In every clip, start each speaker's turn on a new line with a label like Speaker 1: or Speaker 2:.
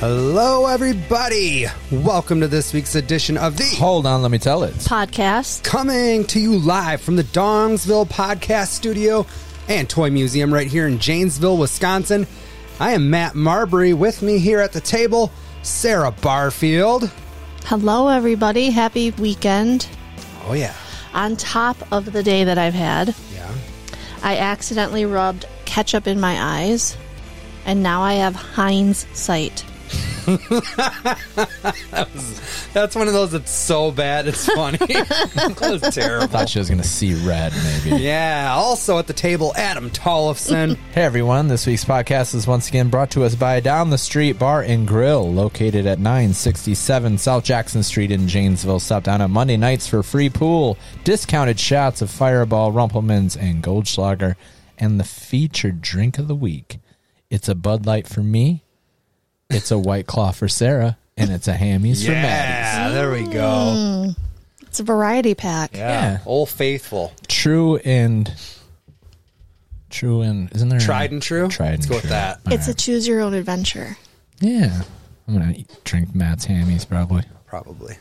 Speaker 1: Hello, everybody. Welcome to this week's edition of the
Speaker 2: Hold on, let me tell it.
Speaker 3: podcast.
Speaker 1: coming to you live from the Dongsville Podcast Studio and Toy Museum right here in Janesville, Wisconsin. I am Matt Marbury. With me here at the table, Sarah Barfield.
Speaker 3: Hello, everybody. Happy weekend.
Speaker 1: Oh yeah,
Speaker 3: On top of the day that I've had,
Speaker 1: yeah.
Speaker 3: I accidentally rubbed ketchup in my eyes, and now I have Heinz sight.
Speaker 1: That's one of those that's so bad it's funny. that's terrible.
Speaker 2: Thought she was gonna see red, maybe.
Speaker 1: Yeah. Also at the table, Adam Tollefson.
Speaker 2: hey everyone, this week's podcast is once again brought to us by Down the Street Bar and Grill, located at 967 South Jackson Street in Janesville. Stop down on Monday nights for free pool, discounted shots of Fireball, Rumplemans, and Goldschlager, and the featured drink of the week. It's a Bud Light for me, it's a White Claw for Sarah, and it's a Hammies for
Speaker 1: Yeah.
Speaker 2: Maddie.
Speaker 1: There we go.
Speaker 3: It's a variety pack.
Speaker 2: Yeah.
Speaker 1: Mm. Old Faithful.
Speaker 2: True and true and isn't there a-
Speaker 1: Tried and true?
Speaker 2: Tried
Speaker 1: Let's
Speaker 2: and
Speaker 1: go with
Speaker 2: true.
Speaker 1: that.
Speaker 3: It's a choose your own adventure.
Speaker 2: Yeah. I'm going to drink Matt's hammies probably.
Speaker 1: Probably.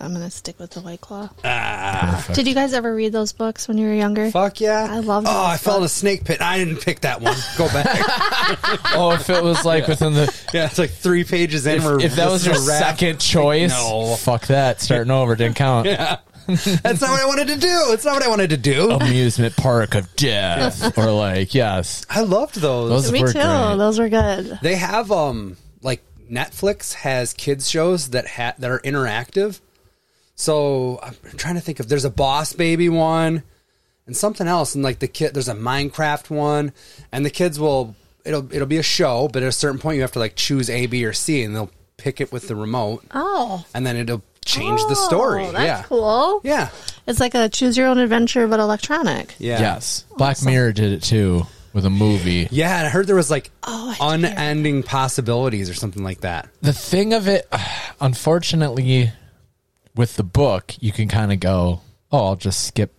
Speaker 3: I'm going to stick with the White Claw.
Speaker 2: Perfect.
Speaker 3: Did you guys ever read those books when you were younger?
Speaker 1: Fuck yeah.
Speaker 3: I love
Speaker 1: Oh,
Speaker 3: those
Speaker 1: I fell in a
Speaker 3: books.
Speaker 1: snake pit. I didn't pick that one. Go back.
Speaker 2: oh, if it was like within the.
Speaker 1: yeah, it's like three pages in.
Speaker 2: If,
Speaker 1: we're
Speaker 2: if that was
Speaker 1: just a
Speaker 2: your
Speaker 1: wrap.
Speaker 2: second choice,
Speaker 1: No.
Speaker 2: fuck that. Starting over didn't count.
Speaker 1: That's not what I wanted to do. It's not what I wanted to do.
Speaker 2: Oh. Amusement park of death, or like yes,
Speaker 1: I loved those.
Speaker 2: Those-
Speaker 3: Me
Speaker 2: were
Speaker 3: too.
Speaker 2: great.
Speaker 3: Those were good.
Speaker 1: They have um like Netflix has kids shows that ha- that are interactive. So I'm trying to think of there's a Boss Baby one and something else and like the kid there's a Minecraft one and the kids will it'll it'll be a show but at a certain point you have to like choose A B or C and they'll pick it with the remote
Speaker 3: Oh.
Speaker 1: and then it'll change the story.
Speaker 3: That's
Speaker 1: yeah.
Speaker 3: cool.
Speaker 1: Yeah.
Speaker 3: It's like a choose your own adventure, but electronic.
Speaker 1: Yeah.
Speaker 2: yes. Black Mirror did it too with a movie.
Speaker 1: Yeah, and I heard there was like
Speaker 3: Oh, I did hear
Speaker 1: unending possibilities or something like that.
Speaker 2: the thing of it, unfortunately, with the book, you can kind of go, oh, I'll just skip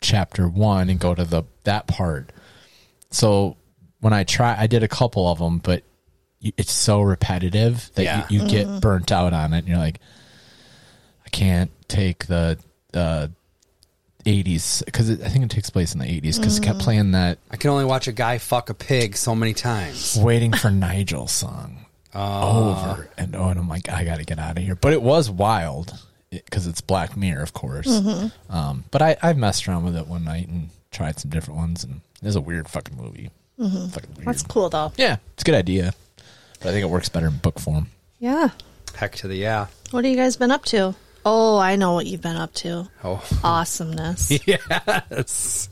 Speaker 2: chapter one and go to the that part. So when I try, I did a couple of them, but you, it's so repetitive that
Speaker 1: Yeah.
Speaker 2: you, you get burnt out on it. And you're like, I can't take the uh, 80s because I think it takes place in the 80s because kept playing that
Speaker 1: I can only watch a guy fuck a pig so many times.
Speaker 2: waiting for Nigel song
Speaker 1: Ah.
Speaker 2: over and over. And I'm like, I got to get out of here. But it was wild because it's Black Mirror, of course.
Speaker 1: Mm-hmm.
Speaker 2: Um, but I, I messed around with it one night and tried some different ones. And it was a weird fucking movie.
Speaker 1: Mm-hmm.
Speaker 2: Fucking weird.
Speaker 3: That's cool, though.
Speaker 2: yeah, it's a good idea. But I think it works better in book form.
Speaker 3: Yeah.
Speaker 1: Heck to the yeah.
Speaker 3: What have you guys been up to? Oh, I know what you've been up to.
Speaker 1: Oh,
Speaker 3: Awesomeness.
Speaker 1: yes.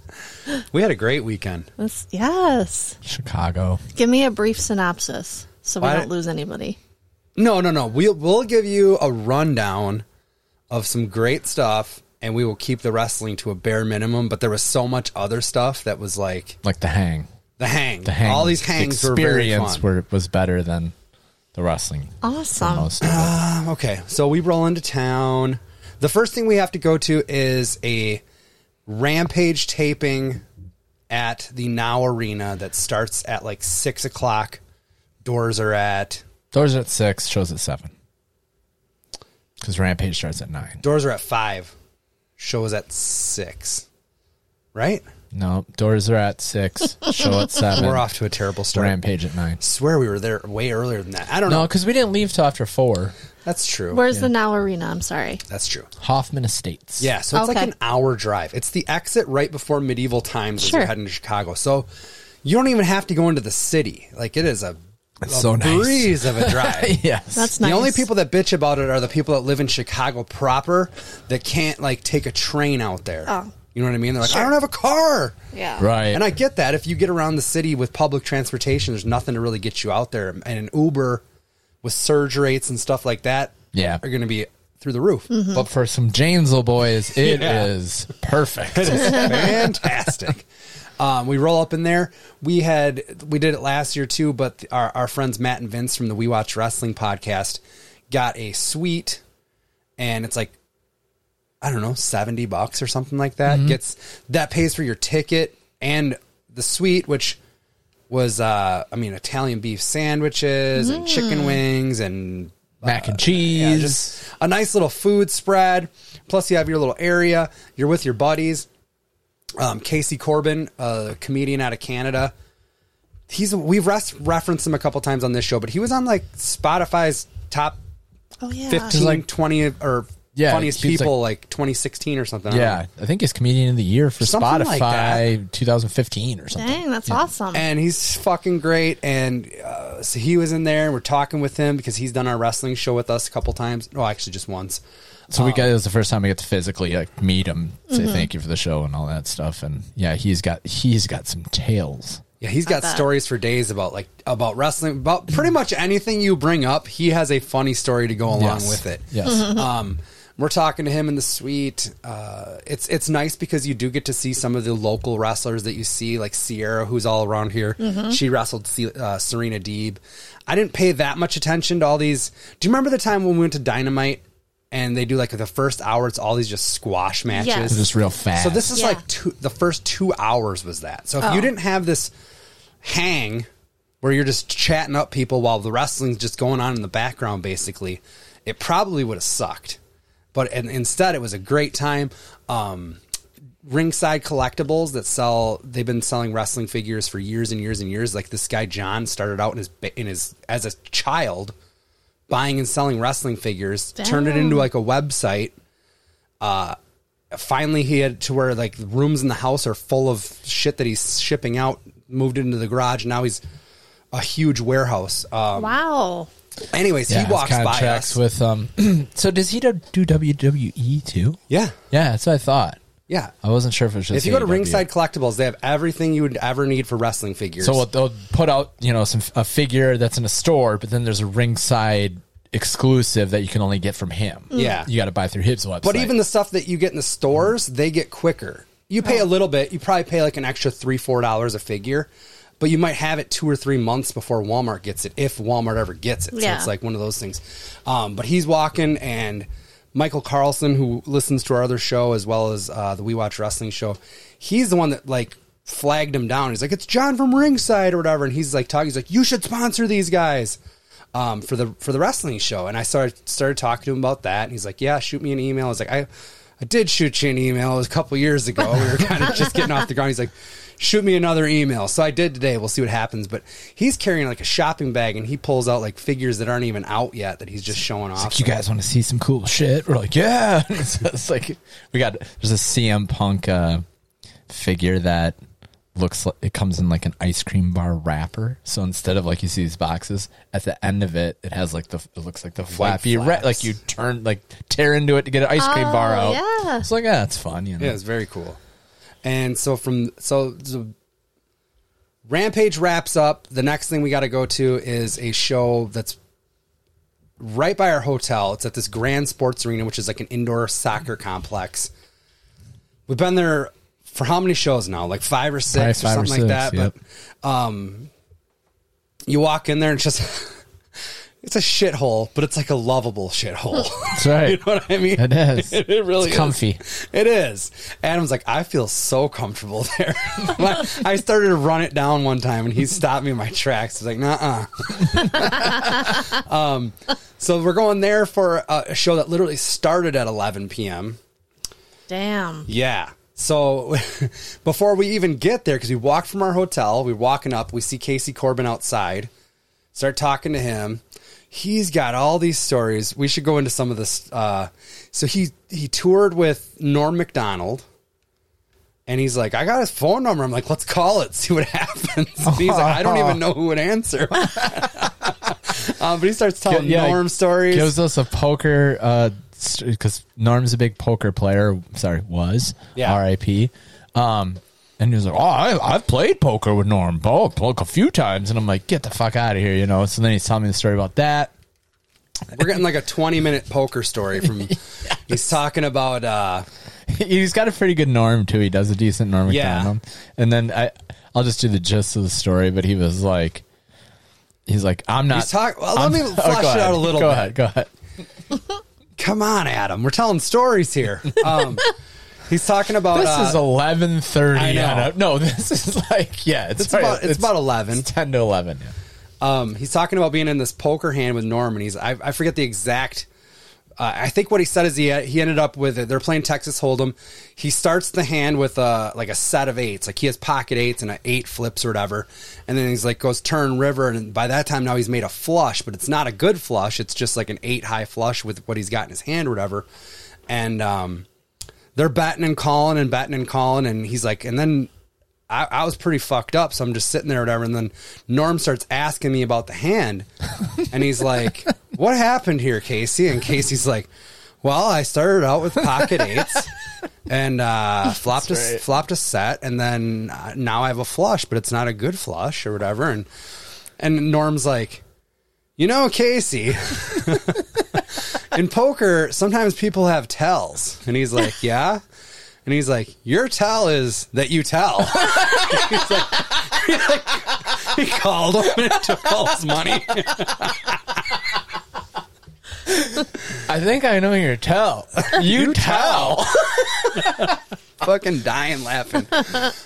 Speaker 1: We had a great weekend.
Speaker 3: That's- yes.
Speaker 2: Chicago.
Speaker 3: Give me a brief synopsis so we
Speaker 1: Why
Speaker 3: don't
Speaker 1: don't-
Speaker 3: lose anybody.
Speaker 1: No, no, no. We'll, we'll give you a rundown of some great stuff and we will keep the wrestling to a bare minimum. But there was so much other stuff that was like
Speaker 2: Like the hang.
Speaker 1: the hang.
Speaker 2: The hang.
Speaker 1: All these hangs
Speaker 2: the
Speaker 1: were very fun.
Speaker 2: experience were, was better than the wrestling. for
Speaker 3: Awesome.
Speaker 2: Most of it.
Speaker 1: Okay, so we roll into town. The first thing we have to go to is a rampage taping at the Now Arena that starts at like six o'clock. Doors are at
Speaker 2: Doors at six, shows at seven. Because Rampage starts at nine.
Speaker 1: doors are at five. Show is at six. Right?
Speaker 2: No, doors are at six. Show at seven.
Speaker 1: We're off to a terrible start.
Speaker 2: Rampage at nine.
Speaker 1: swear we were there way earlier than that. I don't
Speaker 2: No,
Speaker 1: know.
Speaker 2: because we didn't leave till after four.
Speaker 1: That's true.
Speaker 3: Where's the Now Arena? I'm sorry.
Speaker 1: That's true.
Speaker 2: Hoffman Estates.
Speaker 1: Yeah, so it's like
Speaker 3: Okay.
Speaker 1: an hour drive. It's the exit right before medieval times as
Speaker 3: Sure.
Speaker 1: you're heading to Chicago. So you don't even have to go into the city. Like it is a, a
Speaker 2: so nice.
Speaker 1: breeze of a drive.
Speaker 2: Yes.
Speaker 3: That's
Speaker 1: The
Speaker 3: nice.
Speaker 1: only people that bitch about it are the people that live in Chicago proper that can't like take a train out there.
Speaker 3: Oh.
Speaker 1: You know what I mean? They're like, I don't have a car.
Speaker 3: Yeah.
Speaker 2: right.
Speaker 1: And I get that. If you get around the city with public transportation, there's nothing to really get you out there. And an Uber with surge rates and stuff like that
Speaker 2: Yeah.
Speaker 1: are going to be through the roof.
Speaker 2: but for some Janesville boys, it is
Speaker 1: Yeah.
Speaker 2: perfect.
Speaker 1: It is fantastic. Um, we roll up in there. We had we did it last year too, but th- our our friends Matt and Vince from the We Watch Wrestling podcast got a suite, and it's like I don't know seventy bucks or something like that. Gets that pays for your ticket and the suite, which was uh, I mean Italian beef sandwiches and chicken wings and
Speaker 2: Mac and cheese.
Speaker 1: yeah, just um, a nice little food spread. Plus, you have your little area. You're with your buddies. Um, Casey Corbin, a comedian out of Canada. He's we've res- referenced him a couple times on this show, but he was on like Spotify's top
Speaker 3: Oh yeah.
Speaker 1: 15,
Speaker 2: like-
Speaker 1: 20 or
Speaker 2: Yeah,
Speaker 1: funniest
Speaker 2: he's
Speaker 1: people like, 2016 or something. I don't know.
Speaker 2: yeah, I think it's comedian of the year for
Speaker 1: Something like
Speaker 2: Spotify 2015 or something.
Speaker 3: Dang, that's awesome.
Speaker 1: and he's fucking great. And uh, so he was in there, and we're talking with him because he's done our wrestling show with us a couple times. No, actually, just once.
Speaker 2: So we got it was the first time we got to physically like meet him, say thank you for the show and all that stuff. And yeah, he's got he's got some tales.
Speaker 1: Yeah, he's got
Speaker 3: bet.
Speaker 1: stories for days about like about wrestling, about pretty much anything you bring up. He has a funny story to go along
Speaker 2: Yes.
Speaker 1: with it.
Speaker 2: Yes.
Speaker 3: Mm-hmm.
Speaker 1: Um, we're talking to him in the suite. Uh, it's it's nice because you do get to see some of the local wrestlers that you see, like Sierra, who's all around here.
Speaker 3: Mm-hmm.
Speaker 1: She wrestled Se- uh, Serena Deeb. I didn't pay that much attention to all these. Do you remember the time when we went to Dynamite and they do like the first hour? It's all these just squash matches.
Speaker 3: Yes.
Speaker 2: Just real fast.
Speaker 1: So this is
Speaker 3: Yeah.
Speaker 1: like two, the first two hours was that. So if you didn't have this hang where you're just chatting up people while the wrestling's just going on in the background, basically, it probably would have sucked. But and instead, it was a great time. Um, ringside collectibles that sell they've been selling wrestling figures for years and years and years like this guy john started out in his ba- in his as a child buying and selling wrestling figures turned it into like a website uh finally he had to where like the rooms in the house are full of shit that he's shipping out moved it into the garage now he's a huge warehouse um
Speaker 3: wow.
Speaker 1: anyways
Speaker 2: yeah,
Speaker 1: he walks
Speaker 2: kinda
Speaker 1: by
Speaker 2: tracks
Speaker 1: us
Speaker 2: with um. so does he do do WWE too?
Speaker 1: yeah
Speaker 2: Yeah, that's what I thought.
Speaker 1: yeah
Speaker 2: I wasn't sure if it was just E
Speaker 1: if you go to
Speaker 2: AEW.
Speaker 1: ringside collectibles they have everything you would ever need for wrestling figures
Speaker 2: So what they'll put out, you know, some a figure that's in a store, but then there's a ringside exclusive that you can only get from him.
Speaker 1: Yeah.
Speaker 2: you got to buy through his website.
Speaker 1: But even the stuff that you get in the stores, they get quicker. You pay a little bit. You probably pay like an extra three, four dollars a figure, but you might have it two or three months before Walmart gets it, if Walmart ever gets it. So
Speaker 3: Yeah.
Speaker 1: it's like one of those things. Um, but he's walking, and Michael Carlson, who listens to our other show as well as uh, the We Watch Wrestling show, he's the one that like flagged him down. He's like, "It's John from Ringside or whatever," and he's like talking. He's like, "You should sponsor these guys." um, for the for the wrestling show, and I started started talking to him about that. And he's like, "Yeah, shoot me an email." I was like, "I, I did shoot you an email. It was a couple years ago. We were kind of just getting off the ground." He's like, "Shoot me another email." So I did today. We'll see what happens. But he's carrying like a shopping bag, and he pulls out like figures that aren't even out yet that he's just showing off.
Speaker 2: you guys want to see some cool shit, we're like, yeah. it's, it's like we got there's a CM Punk uh, figure that looks like it comes in like an ice cream bar wrapper. So instead of like you see these boxes at the end of it, it has like the it looks like the flappy re-
Speaker 1: flaps.
Speaker 2: like you turn like tear into it to get an ice cream bar
Speaker 3: Oh,
Speaker 2: out.
Speaker 3: yeah.
Speaker 2: it's like yeah, it's fun. You know,
Speaker 1: Yeah, it's very cool. And so from so, so Rampage wraps up. The next thing we got to go to is a show that's right by our hotel. It's at this Grand Sports Arena, which is like an indoor soccer complex. We've been there for how many shows now? Like five or six or
Speaker 2: Probably five or
Speaker 1: something like
Speaker 2: six,
Speaker 1: that.
Speaker 2: yep.
Speaker 1: But um, you walk in there and it's just. It's a shithole, but it's like a lovable shithole.
Speaker 2: That's right.
Speaker 1: you know what I mean?
Speaker 2: It is.
Speaker 1: It, really
Speaker 2: It's
Speaker 1: is.
Speaker 2: comfy.
Speaker 1: It is. Adam's like, I feel so comfortable there. My- I started to run it down one time, and he stopped me in my tracks. He's like, Nah. um, so we're going there for a a show that literally started at 11 p.m.
Speaker 3: Damn.
Speaker 1: Yeah. So before we even get there, because we walk from our hotel, we're walking up, we see Casey Corbin outside, start talking to him. He's got all these stories. We should go into some of this. Uh, so he he toured with Norm Macdonald, and he's like, "I got his phone number." I'm like, "Let's call it, see what happens." And he's like, "I don't even know who would answer." um, but he starts telling
Speaker 2: Yeah,
Speaker 1: Oh, Norm stories.
Speaker 2: Gives us a poker because Norm's a big poker player. Sorry, was
Speaker 1: Yeah.
Speaker 2: R.I.P. Um, and he was like, "Oh, I, I've played poker with Norm, oh, like a few times." And I'm like, "Get the fuck out of here," you know. So then he's telling me the story about that.
Speaker 1: We're getting like a 20 minute poker story from. He's talking about. Uh,
Speaker 2: he's got a pretty good norm too. He does a decent norm
Speaker 1: Yeah.
Speaker 2: McDonald. And then I, I'll just do the gist of the story. But he was like, he's like, "I'm not."
Speaker 1: He's talk- well, let
Speaker 2: I'm-
Speaker 1: me
Speaker 2: Oh,
Speaker 1: flesh
Speaker 2: go
Speaker 1: it out
Speaker 2: ahead.
Speaker 1: a little
Speaker 2: Go
Speaker 1: bit.
Speaker 2: ahead. Go ahead.
Speaker 1: come on, Adam. We're telling stories here. Um, He's talking about
Speaker 2: This
Speaker 1: uh,
Speaker 2: is eleven thirty.
Speaker 1: I know.
Speaker 2: No, this is like yeah. It's,
Speaker 1: It's about- it's about 11.
Speaker 2: It's ten to eleven. Yeah.
Speaker 1: Um, he's talking about being in this poker hand with Norman. He's I, I forget the exact. Uh, I think what he said is he he ended up with they're playing Texas Hold'em. He starts the hand with a like a set of eights, like he has pocket eights and an eight flips or whatever, and then he's like goes turn river, and by that time now he's made a flush, but it's not a good flush. It's just like an eight high flush with what he's got in his hand or whatever, and um, they're batting and calling and batting and calling, and he's like, and then I, I was pretty fucked up, so I'm just sitting there, or whatever. And then Norm starts asking me about the hand, and he's like, "What happened here, Casey?" And Casey's like, "Well, I started out with pocket eights and uh, flopped a
Speaker 2: right.
Speaker 1: flopped a set, and then uh, now I have a flush, but it's not a good flush or whatever." And and Norm's like, "You know, Casey." in poker, sometimes people have tells. And he's like, Yeah. And he's like, Your tell is that you tell. he's like, he called him and took all his money.
Speaker 2: I think I know your tell. You, tell.
Speaker 1: Fucking dying laughing.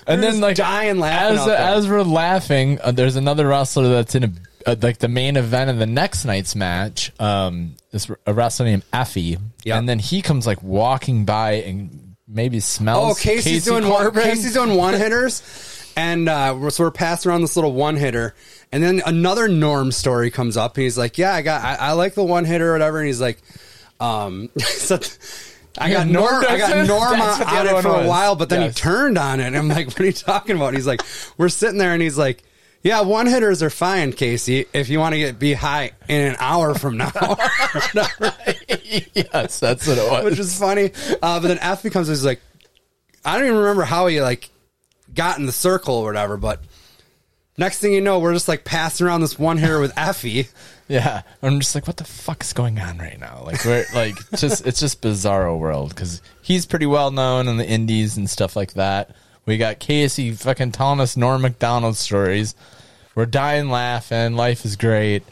Speaker 2: and then like
Speaker 1: dying laughing
Speaker 2: as
Speaker 1: out there.
Speaker 2: as we're laughing, uh, there's another wrestler that's in a, uh, like the main event of the next night's match. Um, this r- a wrestler named Effie,
Speaker 1: Yeah.
Speaker 2: and then he comes like walking by and maybe
Speaker 1: Oh,
Speaker 2: smells.
Speaker 1: Casey's
Speaker 2: Casey
Speaker 1: doing one,
Speaker 2: Corbin.
Speaker 1: Casey's doing one hitters, and uh, we're- so we're passing around this little one hitter, and then another Norm story comes up, and he's like, "Yeah, I got, I, I like the one hitter or whatever," and he's like, um, so th- I
Speaker 2: Yeah,
Speaker 1: got
Speaker 2: Norm
Speaker 1: Norm, I
Speaker 2: does
Speaker 1: got
Speaker 2: it?
Speaker 1: Norm
Speaker 2: That's
Speaker 1: on,
Speaker 2: what the
Speaker 1: on
Speaker 2: other
Speaker 1: it
Speaker 2: one
Speaker 1: for a
Speaker 2: was.
Speaker 1: while, but then
Speaker 2: Yes.
Speaker 1: he turned on it. And I'm like, "What are you talking about?" And he's like, "We're sitting there," and he's like. Yeah, one hitters are fine, Casey. If you want to get be high in an hour from now,
Speaker 2: yes, that's what it was.
Speaker 1: which is funny. Uh, but then F becomes he's like, I don't even remember how he like got in the circle or whatever. But next thing you know, we're just like passing around this one hitter with Effie.
Speaker 2: Yeah, I'm just like, what the fuck's going on right now? Like, we're like, just it's just bizarro world because he's pretty well known in the indies and stuff like that. We got Casey fucking telling us Norm Macdonald stories. We're dying laughing. Life is great.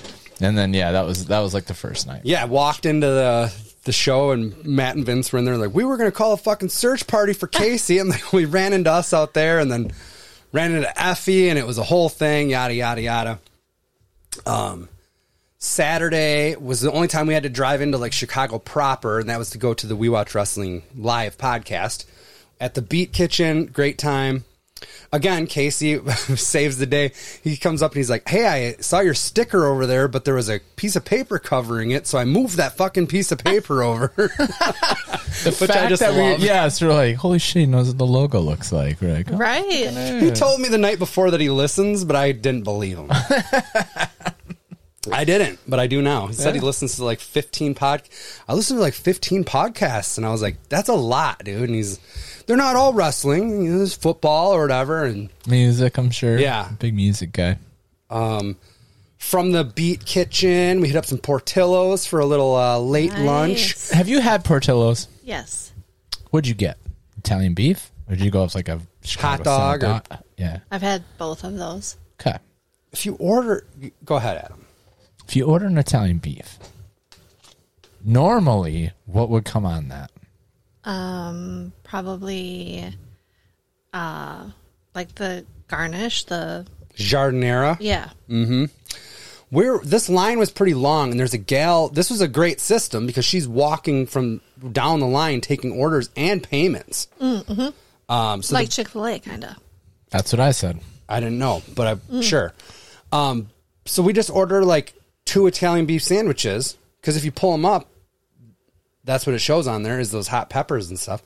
Speaker 2: And then yeah, that was that was like the first night.
Speaker 1: Yeah, walked into the the show and Matt and Vince were in there like we were gonna call a fucking search party for Casey and like, we ran into us out there and then ran into Effie and it was a whole thing yada yada yada. Um, Saturday was the only time we had to drive into like Chicago proper and that was to go to the We Watch Wrestling live podcast at the Beat Kitchen. Great time. Again, Casey saves the day. He comes up and he's like, "Hey, I saw your sticker over there, but there was a piece of paper covering it, so I moved that fucking piece of paper over."
Speaker 2: The
Speaker 1: I just
Speaker 2: that
Speaker 1: love.
Speaker 2: we yeah, so we're like, holy shit, he knows what the logo looks like. We're like, oh,
Speaker 3: Right.
Speaker 1: He told me the night before that he listens, but I didn't believe him. I didn't, but I do now. He said he listens to like 15 pod. I listened to like 15 podcasts, and I was like, "That's a lot, dude." And he's, they're not all wrestling. You know, there's football or whatever, and
Speaker 2: music, I'm sure.
Speaker 1: Yeah.
Speaker 2: big music guy.
Speaker 1: from the Beat Kitchen. We hit up some Portillos for a little uh, late lunch.
Speaker 3: Nice.
Speaker 2: Have you had Portillo's?
Speaker 3: Yes.
Speaker 2: What'd you get? Italian beef, or did you go up like a Chicago
Speaker 1: dog
Speaker 2: style
Speaker 1: or-
Speaker 2: dog? Yeah.
Speaker 3: I've had both of those.
Speaker 2: Okay.
Speaker 1: If you order, go ahead, Adam.
Speaker 2: If you order an Italian beef, normally what would come on that?
Speaker 3: Um, probably uh like the garnish, the
Speaker 1: Jardinera.
Speaker 3: yeah.
Speaker 1: we're this line was pretty long and there's a gal this was a great system because she's walking from down the line taking orders and payments um so
Speaker 3: like Chick-fil-A kind of.
Speaker 2: That's what I said.
Speaker 1: i didn't know but i'm
Speaker 3: Mm.
Speaker 1: sure um so we just order like two italian beef sandwiches because if you pull them up that's what it shows on there is those hot peppers and stuff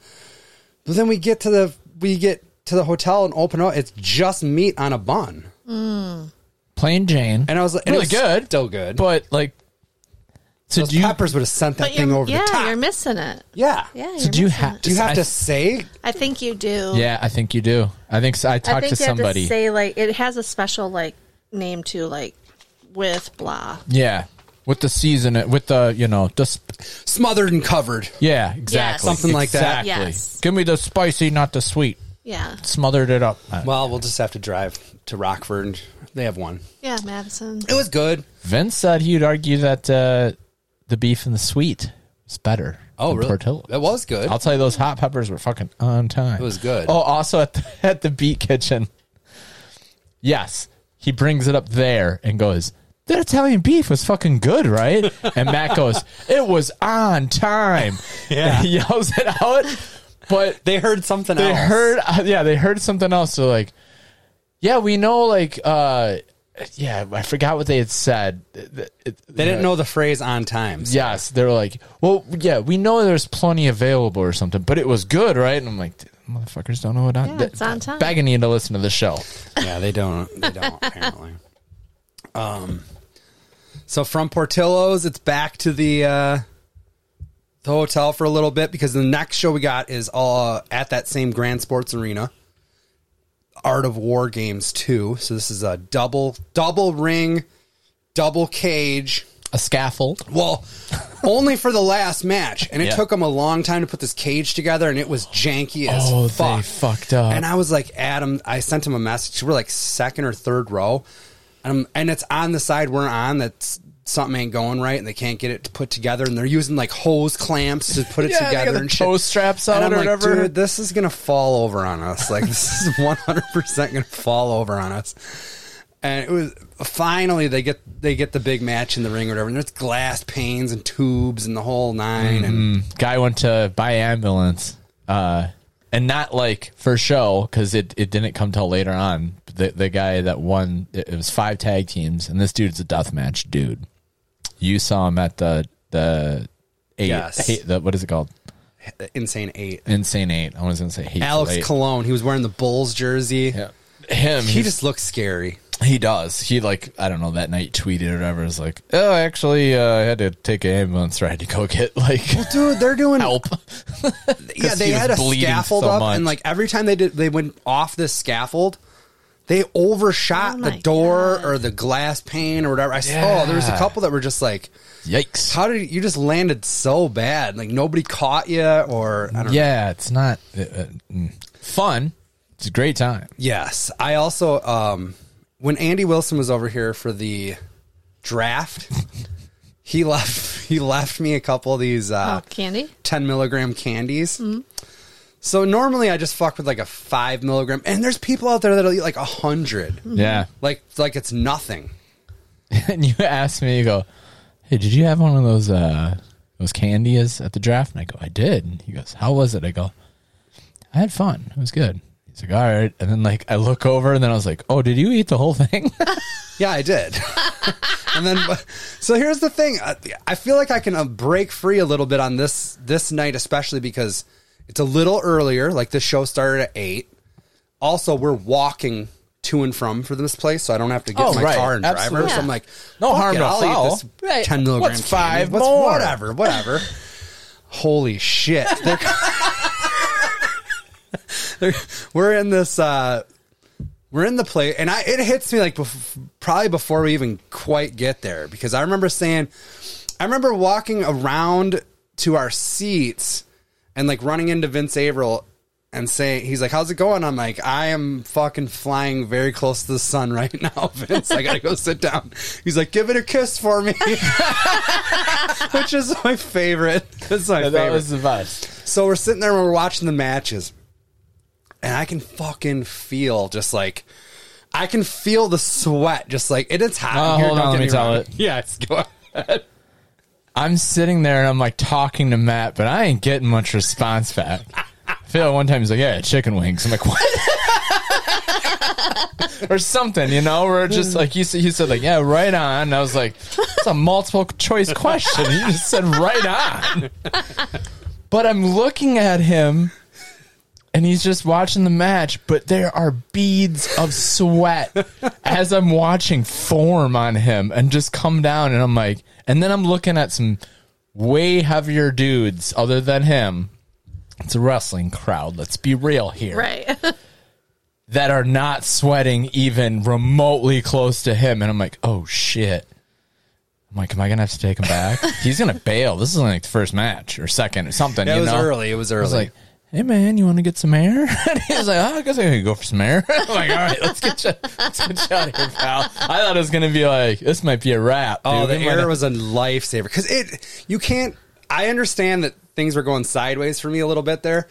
Speaker 1: but then we get to the we get to the hotel and open up it's just meat on a bun
Speaker 2: Plain Jane.
Speaker 1: and i was like and
Speaker 2: really
Speaker 1: it was
Speaker 2: good,
Speaker 1: still good
Speaker 2: but like, so
Speaker 1: those
Speaker 2: do you?
Speaker 1: peppers would have sent that
Speaker 3: But
Speaker 1: thing
Speaker 3: you're,
Speaker 1: over the
Speaker 3: yeah,
Speaker 1: top
Speaker 3: you're missing it.
Speaker 1: yeah
Speaker 3: Yeah. You're
Speaker 2: so do you
Speaker 3: missing
Speaker 2: have?
Speaker 3: it.
Speaker 1: Do you have
Speaker 2: I-
Speaker 1: to say?
Speaker 3: I think you do.
Speaker 2: Yeah, I think you do. I think so. I
Speaker 3: I
Speaker 2: talked
Speaker 3: think
Speaker 2: to
Speaker 3: you
Speaker 2: somebody.
Speaker 3: have to say like it has a special like name too, like with blah.
Speaker 2: yeah, with the season, with the you know the. Sp-
Speaker 1: Smothered and covered.
Speaker 2: yeah, exactly.
Speaker 1: Something like that.
Speaker 2: Exactly.
Speaker 3: Yes.
Speaker 2: Give me the spicy, not the sweet.
Speaker 3: Yeah.
Speaker 2: Smothered it up.
Speaker 1: Well, we'll just have to drive to Rockford. and They have one.
Speaker 3: Yeah, Madison.
Speaker 2: Uh,
Speaker 1: It was good.
Speaker 2: Vince said he'd argue that uh, the beef and the sweet is better.
Speaker 1: Oh,
Speaker 2: and
Speaker 1: really?
Speaker 2: Portillo's.
Speaker 1: That was good.
Speaker 2: I'll tell you, those hot peppers were fucking on time.
Speaker 1: It was good.
Speaker 2: Oh, also at the, at the Beat Kitchen. Yes, he brings it up there and goes, "That Italian beef was fucking good, right?" And Matt goes, "It was on time."
Speaker 1: Yeah.
Speaker 2: and he yells it out, but
Speaker 1: they heard something
Speaker 2: they
Speaker 1: else.
Speaker 2: heard uh, yeah they heard something else so like yeah we know like uh yeah i forgot what they had said
Speaker 1: They didn't know the phrase on time. so-
Speaker 2: yes they were like well yeah we know there's plenty available or something but it was good right and i'm like "Dude, motherfuckers don't know what on,
Speaker 3: Yeah, it's on time.
Speaker 2: begging you to listen to the show
Speaker 1: Yeah, they don't. They don't apparently. Um, so from Portillo's, it's back to the uh, the hotel for a little bit because the next show we got is all uh, at that same Grand Sports Arena. Art of War Games two. So this is a double double ring, double cage.
Speaker 2: a scaffold
Speaker 1: Well, only for the last match, and it
Speaker 2: Yeah.
Speaker 1: took them a long time to put this cage together, and it was janky as
Speaker 2: oh
Speaker 1: fuck.
Speaker 2: they fucked up
Speaker 1: And I was like, Adam, I sent him a message. We're like second or third row. And, i and it's on the side we're on that's something ain't going right and they can't get it put together. And they're using like hose clamps to put it
Speaker 2: Yeah, they got
Speaker 1: together
Speaker 2: the
Speaker 1: and shit.
Speaker 2: toe straps out
Speaker 1: and I'm
Speaker 2: or
Speaker 1: like,
Speaker 2: whatever.
Speaker 1: dude, this is going to fall over on us. Like, this is 100% going to fall over on us. And it was finally they get they get the big match in the ring or whatever, and there's glass panes and tubes and the whole 9 And
Speaker 2: guy went to buy ambulance uh and not like for show because it, it didn't come till later on the, the guy that won it, it was five tag teams and this dude's a death match dude you saw him at the the eight,
Speaker 1: Yes.
Speaker 2: eight- the, what is it called
Speaker 1: insane eight.
Speaker 2: insane eight i was gonna say hateful
Speaker 1: Alex
Speaker 2: eight.
Speaker 1: Cologne, he was wearing the Bulls jersey.
Speaker 2: yeah. him
Speaker 1: He
Speaker 2: he
Speaker 1: just looks scary.
Speaker 2: he does he like i don't know that night tweeted or whatever is like oh actually uh, i had to take an ambulance ride to go get like
Speaker 1: Dude, they're doing
Speaker 2: help
Speaker 1: yeah, they
Speaker 2: he was
Speaker 1: had a
Speaker 2: bleeding
Speaker 1: scaffold
Speaker 2: so
Speaker 1: up
Speaker 2: much.
Speaker 1: and like every time they did they went off this scaffold, they overshot
Speaker 3: Oh
Speaker 1: the
Speaker 3: my
Speaker 1: door
Speaker 3: God.
Speaker 1: or the glass pane or whatever. I saw
Speaker 2: Yeah.
Speaker 1: there was a couple that were just like
Speaker 2: yikes
Speaker 1: how did you just landed so bad? Like nobody caught you or I don't know.
Speaker 2: Yeah, it's not uh, uh, mm. fun. It's a great time.
Speaker 1: Yes. I also um when Andy Wilson was over here for the draft, he left he left me a couple of these uh
Speaker 3: Oh, candy?
Speaker 1: 10 milligram candies. So normally I just fuck with like a five milligram, and there's people out there that'll eat like a hundred,
Speaker 2: Yeah.
Speaker 1: like like it's nothing.
Speaker 2: and you asked me, you go, "Hey, did you have one of those uh those candies at the draft?" And I go, "I did." And he goes, "How was it?" I go, "I had fun. It was good." He's like, "All right." And then like I look over, and then I was like, "Oh, did you eat the whole thing?"
Speaker 1: Yeah, I did. and then, so here's the thing: I, I feel like I can uh, break free a little bit on this this night, especially because it's a little earlier. Like the show started at eight. Also, we're walking to and from for this place, so I don't have to get
Speaker 2: Oh,
Speaker 1: my
Speaker 2: right.
Speaker 1: car and driver.
Speaker 2: Absolutely.
Speaker 1: So I'm like,
Speaker 2: No
Speaker 1: fuck
Speaker 2: harm,
Speaker 1: it,
Speaker 2: no
Speaker 1: I'll
Speaker 2: foul.
Speaker 1: eat this
Speaker 2: Right.
Speaker 1: ten milligram. candy.
Speaker 2: What's five
Speaker 1: What's-
Speaker 2: more?
Speaker 1: Whatever, whatever. Holy shit! They're- they're- we're in this. uh we're in the play, and I it hits me like bef- probably before we even quite get there because I remember saying, I remember walking around to our seats and like running into Vince Averill and saying, he's like, "How's it going?" I'm like, "I am fucking flying very close to the sun right now, Vince. I gotta go sit down." He's like, "Give it a kiss for me," which is my favorite. That's my favorite.
Speaker 2: the best.
Speaker 1: So we're sitting there and we're watching the matches. And I can fucking feel just like I can feel the sweat just like and it's hot.
Speaker 2: Uh,
Speaker 1: in here,
Speaker 2: hold
Speaker 1: don't
Speaker 2: on,
Speaker 1: get
Speaker 2: let me tell
Speaker 1: wrong.
Speaker 2: it.
Speaker 1: Yeah, it's going.
Speaker 2: I'm sitting there and I'm like talking to Matt, but I ain't getting much response back. Phil one time he's like, "Yeah, chicken wings." I'm like, "What?" or something, you know? We're just like you said. You said like, "Yeah, right on." And I was like, "It's a multiple choice question." You just said right on. But I'm looking at him, and he's just watching the match. But there are beads of sweat as I'm watching form on him and just come down. And I'm like, and then I'm looking at some way heavier dudes other than him. It's a wrestling crowd. Let's be real here.
Speaker 3: Right.
Speaker 2: That are not sweating even remotely close to him. And I'm like, oh shit. I'm like, am I gonna have to take him back? He's gonna bail. This is like the first match or second or something.
Speaker 1: Yeah, it
Speaker 2: you
Speaker 1: was
Speaker 2: know?
Speaker 1: early. It was early.
Speaker 2: I was like, "Hey man, you want to get some air?" and he was like, "Oh, I guess I'm gonna go for some air." I'm like, "All right, let's get you, let's get you out of here, pal." I thought it was gonna be like, "This might be a wrap."
Speaker 1: oh,
Speaker 2: dude.
Speaker 1: the
Speaker 2: We might
Speaker 1: air
Speaker 2: not-
Speaker 1: was a lifesaver cuz it you can't I understand that things were going sideways for me a little bit there,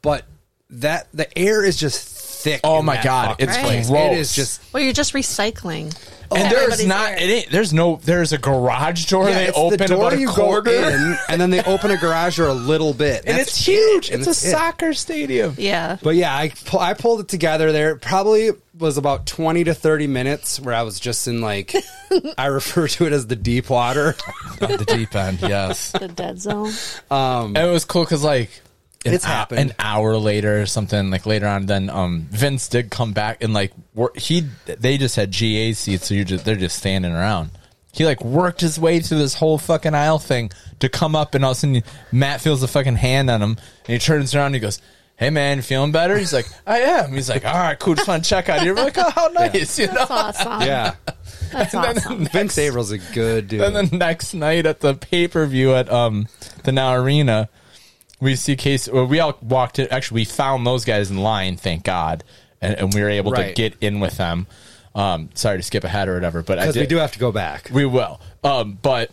Speaker 1: but that the air is just thick.
Speaker 2: Oh
Speaker 1: in
Speaker 2: my
Speaker 1: that
Speaker 2: God,
Speaker 1: fucking
Speaker 2: it's
Speaker 1: place.
Speaker 2: gross.
Speaker 1: It is just
Speaker 3: Well, you're just recycling.
Speaker 2: and there's
Speaker 3: Everybody's
Speaker 2: not
Speaker 3: there.
Speaker 2: it ain't, there's no there's a garage door
Speaker 1: Yeah,
Speaker 2: they
Speaker 1: it's the
Speaker 2: open
Speaker 1: door
Speaker 2: about a
Speaker 1: you go
Speaker 2: quarter,
Speaker 1: in, and then they open a garage or a little bit,
Speaker 2: and
Speaker 1: That's
Speaker 2: it's huge.
Speaker 1: it, and
Speaker 2: It's a
Speaker 1: it.
Speaker 2: soccer stadium.
Speaker 3: Yeah.
Speaker 1: But yeah, I pu- I pulled it together there. It Probably was about twenty to thirty minutes where I was just in like I refer to it as the deep water.
Speaker 2: On the deep end, yes.
Speaker 3: The dead zone.
Speaker 2: And it was cool because like an
Speaker 1: Um, It's
Speaker 2: hou-
Speaker 1: happened.
Speaker 2: an hour later or something like later on. Then um Vince did come back and like wor- he they just had GA seats, so you just they're just standing around. He like worked his way through this whole fucking aisle thing to come up, and all of a sudden Matt feels a fucking hand on him, and he turns around and he goes. Hey man, feeling better? He's like, I am. He's like, all right, cool. Just want to check out here. We're like, oh, how nice, you know.
Speaker 3: That's awesome.
Speaker 1: Yeah,
Speaker 3: That's awesome.
Speaker 1: Vince Abel's a good dude.
Speaker 2: And then the next night at the pay per view at um the Now Arena, we see Casey. Well, we all walked in. Actually, we found those guys in line. Thank God, and, and we were able to
Speaker 1: Right.
Speaker 2: get in with them. Um, sorry to skip ahead or whatever, but I
Speaker 1: Because we
Speaker 2: did-
Speaker 1: do have to go back.
Speaker 2: we will. Um, but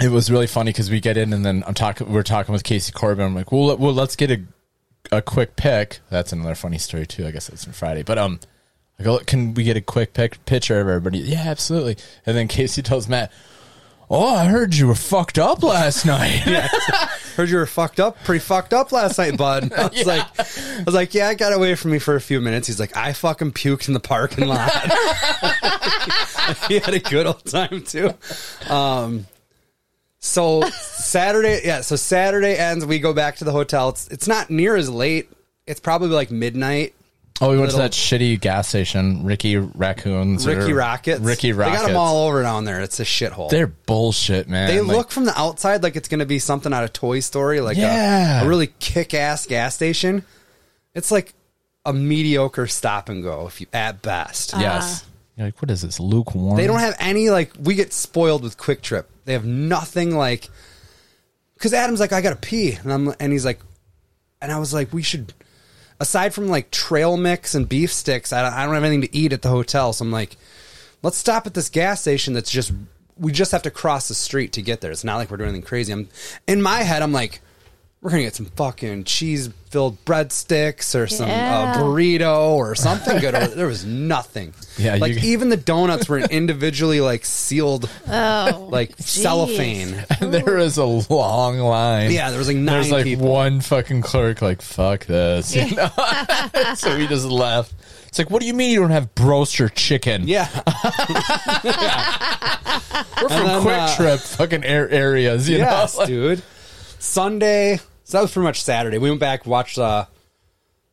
Speaker 2: it was really funny because we get in and then I'm talking. We're talking with Casey Corbin. I'm like, well, let- well, let's get a a quick pick. That's another funny story too. I guess it's from Friday. But um, I go, can we get a quick pic picture of everybody? Yeah, absolutely. And then Casey tells Matt. Oh, I heard you were fucked up last night.
Speaker 1: Heard you were fucked up, pretty fucked up last night, bud. I was like, I was like, yeah, it got away from me for a few minutes. He's like, I fucking puked in the parking lot. he had a good old time too. Um, so Saturday, yeah, so Saturday ends. We go back to the hotel. It's it's not near as late. It's probably like midnight.
Speaker 2: Oh, we went to
Speaker 1: Little-
Speaker 2: that shitty gas station, Ricky Raccoons, or-
Speaker 1: Ricky Rockets,
Speaker 2: Ricky
Speaker 1: They
Speaker 2: Rockets.
Speaker 1: got them all over down there. It's a shithole.
Speaker 2: They're bullshit, man.
Speaker 1: They
Speaker 2: Like,
Speaker 1: look from the outside like it's going to be something out of Toy Story, like a-
Speaker 2: Yeah.
Speaker 1: a, really kick-ass gas station. It's like a mediocre stop and go, if you at best.
Speaker 2: yes. You're like, what is this lukewarm?
Speaker 1: Ah. They don't have any like we get spoiled with Quick Trip. They have nothing like because Adam's like I gotta pee and I'm and he's like and I was like we should aside from like trail mix and beef sticks I don't, I don't have anything to eat at the hotel so I'm like let's stop at this gas station that's just we just have to cross the street to get there. It's not like we're doing anything crazy. I'm in my head I'm like we're gonna get some fucking cheese filled breadsticks or some
Speaker 3: Yeah.
Speaker 1: uh, burrito or something good. there was nothing.
Speaker 2: Yeah,
Speaker 1: like
Speaker 2: you-
Speaker 1: even the donuts were individually like sealed
Speaker 3: Oh,
Speaker 1: like
Speaker 3: geez.
Speaker 1: cellophane
Speaker 2: there was a long line.
Speaker 1: yeah there was like nine
Speaker 2: There's like
Speaker 1: people
Speaker 2: one fucking clerk, like, fuck this. you know? so we just left. It's like, what do you mean you don't have broaster chicken?
Speaker 1: yeah
Speaker 2: we're from
Speaker 1: and then,
Speaker 2: Quick
Speaker 1: uh,
Speaker 2: Trip fucking air areas, you
Speaker 1: yes
Speaker 2: know?
Speaker 1: dude sunday so that was pretty much saturday we went back watched uh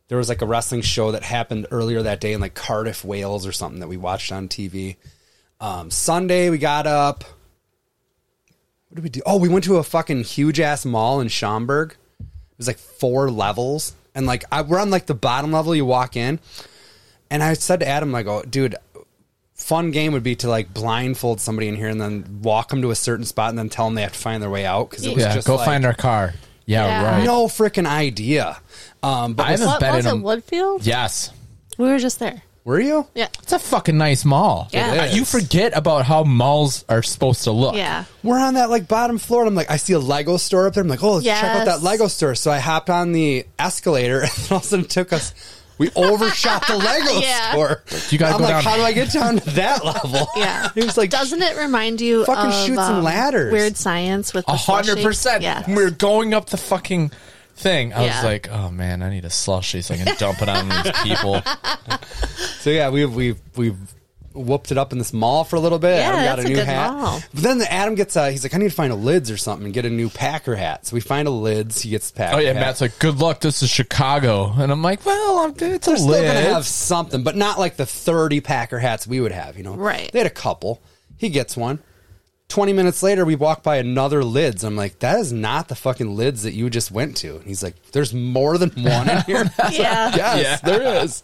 Speaker 1: there was like a wrestling show that happened earlier that day in like cardiff wales or something that we watched on tv um sunday we got up what did we do oh we went to a fucking huge ass mall in schaumburg it was like four levels and like I, we're on like the bottom level you walk in and i said to adam like oh dude fun game would be to like blindfold somebody in here and then walk them to a certain spot and then tell them they have to find their way out because it was
Speaker 2: Yeah,
Speaker 1: just
Speaker 2: go
Speaker 1: like,
Speaker 2: find our car. Yeah,
Speaker 3: Yeah.
Speaker 2: right.
Speaker 1: no freaking idea. Um, but
Speaker 2: I haven't
Speaker 3: What
Speaker 2: been
Speaker 3: was
Speaker 2: in
Speaker 3: it?
Speaker 2: a-
Speaker 3: Woodfield?
Speaker 2: Yes.
Speaker 3: We were just there.
Speaker 1: were you?
Speaker 3: Yeah.
Speaker 2: It's a fucking nice mall. Uh,
Speaker 3: Yeah. It
Speaker 2: You
Speaker 1: is.
Speaker 2: forget about how malls are supposed to look.
Speaker 3: Yeah.
Speaker 1: We're on that like bottom floor, and I'm like, I see a Lego store up there. I'm like, oh, let's check out that
Speaker 3: Yes.
Speaker 1: Lego store. So I hopped on the escalator, and all of a sudden it took us. We overshot the Lego
Speaker 3: Yeah.
Speaker 1: store.
Speaker 2: You gotta
Speaker 1: I'm
Speaker 2: go
Speaker 1: like,
Speaker 2: down.
Speaker 1: how do I get down to that level?
Speaker 3: Yeah.
Speaker 1: it was like
Speaker 3: Doesn't it remind you
Speaker 1: Fucking
Speaker 3: of
Speaker 1: shoots and
Speaker 3: um,
Speaker 1: ladders.
Speaker 3: Weird science with the
Speaker 2: A hundred
Speaker 3: slushy?
Speaker 2: percent.
Speaker 3: Yes.
Speaker 2: We We're going up the fucking thing. I
Speaker 3: Yeah.
Speaker 2: was like, oh man, I need a slushy so I can dump it on these people.
Speaker 1: So yeah, we've we've we've whooped it up in this mall for a little bit.
Speaker 3: Yeah,
Speaker 1: Adam got
Speaker 3: that's
Speaker 1: a
Speaker 3: a
Speaker 1: new
Speaker 3: good
Speaker 1: hat.
Speaker 3: mall.
Speaker 1: But then the Adam gets a he's like, I need to find a lids or something and get a new Packer hat. So we find a lids, he gets the Packer
Speaker 2: Oh yeah,
Speaker 1: hat.
Speaker 2: Matt's like, good luck. This is Chicago, and I'm like, well, I'm it's a
Speaker 1: They're still gonna have
Speaker 2: lid.
Speaker 1: something, but not like the thirty Packer hats we would have, you know.
Speaker 3: Right.
Speaker 1: They had a couple. He gets one. Twenty minutes later we walk by another lids. I'm like, that is not the fucking lids that you just went to. And he's like, There's more than one in here.
Speaker 3: Yeah.
Speaker 1: yes, there is.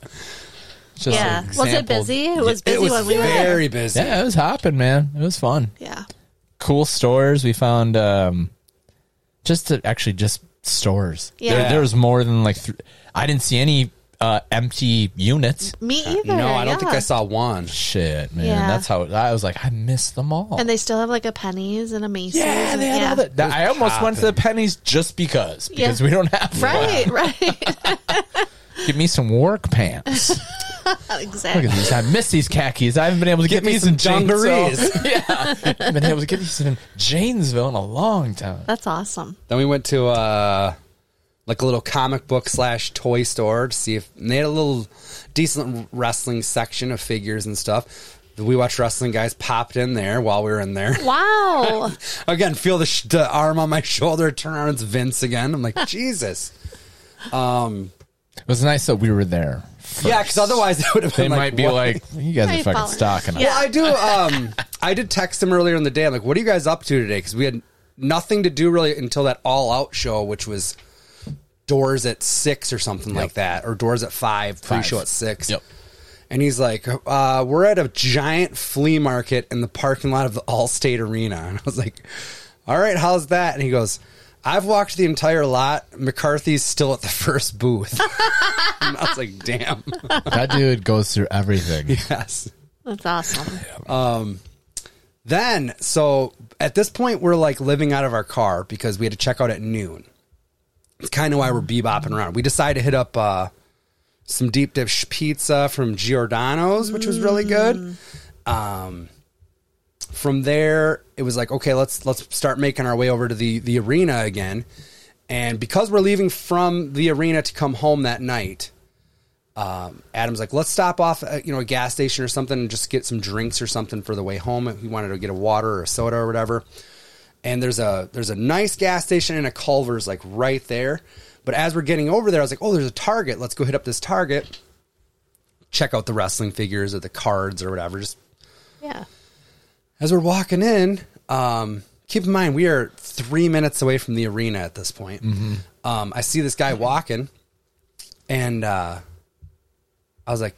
Speaker 2: It's just
Speaker 3: Yeah.
Speaker 2: an
Speaker 3: Was it
Speaker 2: example.
Speaker 3: busy? It was busy
Speaker 1: It was
Speaker 3: when we were there.
Speaker 1: very busy.
Speaker 2: Yeah, it was hopping, man. It was fun.
Speaker 3: Yeah.
Speaker 2: Cool stores. We found um, just to, actually just stores.
Speaker 3: Yeah.
Speaker 2: There, there was more than like. Th- I didn't see any uh, empty units.
Speaker 3: Me either.
Speaker 1: No, I don't think
Speaker 3: yeah.
Speaker 1: I saw one.
Speaker 2: Shit, man,
Speaker 3: Yeah.
Speaker 2: that's how I was like, I missed them all.
Speaker 3: And they still have like a Penny's and a Macy's.
Speaker 2: yeah,
Speaker 3: and-
Speaker 2: they had all that. that- I almost went to the pennies just because because
Speaker 3: Yeah.
Speaker 2: we don't have
Speaker 3: Right, right.
Speaker 2: one. Give me some work pants. Look
Speaker 3: exactly.
Speaker 2: at these. I miss these khakis. I haven't been able to get,
Speaker 1: Get me
Speaker 2: me
Speaker 1: some
Speaker 2: Janesville. yeah, I haven't been able to get these in Janesville in a long time.
Speaker 3: That's awesome.
Speaker 1: Then we went to uh, like a little comic book slash toy store to see if and they had a little decent wrestling section of figures and stuff. The We Watch Wrestling guys popped in there while we were in there.
Speaker 3: Wow.
Speaker 1: Again, feel the, sh- the arm on my shoulder. Turn around, it's Vince again. I'm like, Jesus.
Speaker 2: It was nice that we were there.
Speaker 1: Yeah, because otherwise it would have
Speaker 2: They
Speaker 1: been
Speaker 2: might be
Speaker 1: what?
Speaker 2: like, you guys
Speaker 3: Are
Speaker 2: are
Speaker 3: you
Speaker 2: fucking
Speaker 3: following
Speaker 2: stalking us.
Speaker 3: us? Yeah.
Speaker 1: Well, I do. Um, I did text him earlier in the day. I'm like, "What are you guys up to today?" Because we had nothing to do really until that all out show, which was doors at six or something like that, or doors at five. Pre show
Speaker 2: Five.
Speaker 1: at six.
Speaker 2: Yep.
Speaker 1: And he's like, uh, "We're at a giant flea market in the parking lot of the Allstate Arena." And I was like, "All right, how's that?" And he goes. I've walked the entire lot. McCarthy's still at the first booth. and I was like, damn.
Speaker 2: That dude goes through everything.
Speaker 1: Yes.
Speaker 3: That's awesome.
Speaker 1: Then, so at this point, we're like living out of our car because we had to check out at noon. It's kind of why we're bebopping around. We decided to hit up uh, some deep dish pizza from Giordano's, which was really good. Um, from there, it was like, okay, let's let's start making our way over to the the arena again. And because we're leaving from the arena to come home that night, Adam's like, let's stop off at, you know, a gas station or something and just get some drinks or something for the way home. If we wanted to get a water or a soda or whatever. And there's a there's a nice gas station and a Culver's like right there. But as we're getting over there, I was like, oh, there's a Target. Let's go hit up this Target. Check out the wrestling figures or the cards or whatever. Just
Speaker 3: Yeah.
Speaker 1: as we're walking in, um, keep in mind we are three minutes away from the arena at this point.
Speaker 2: Mm-hmm.
Speaker 1: Um, I see this guy walking, and uh, I was like,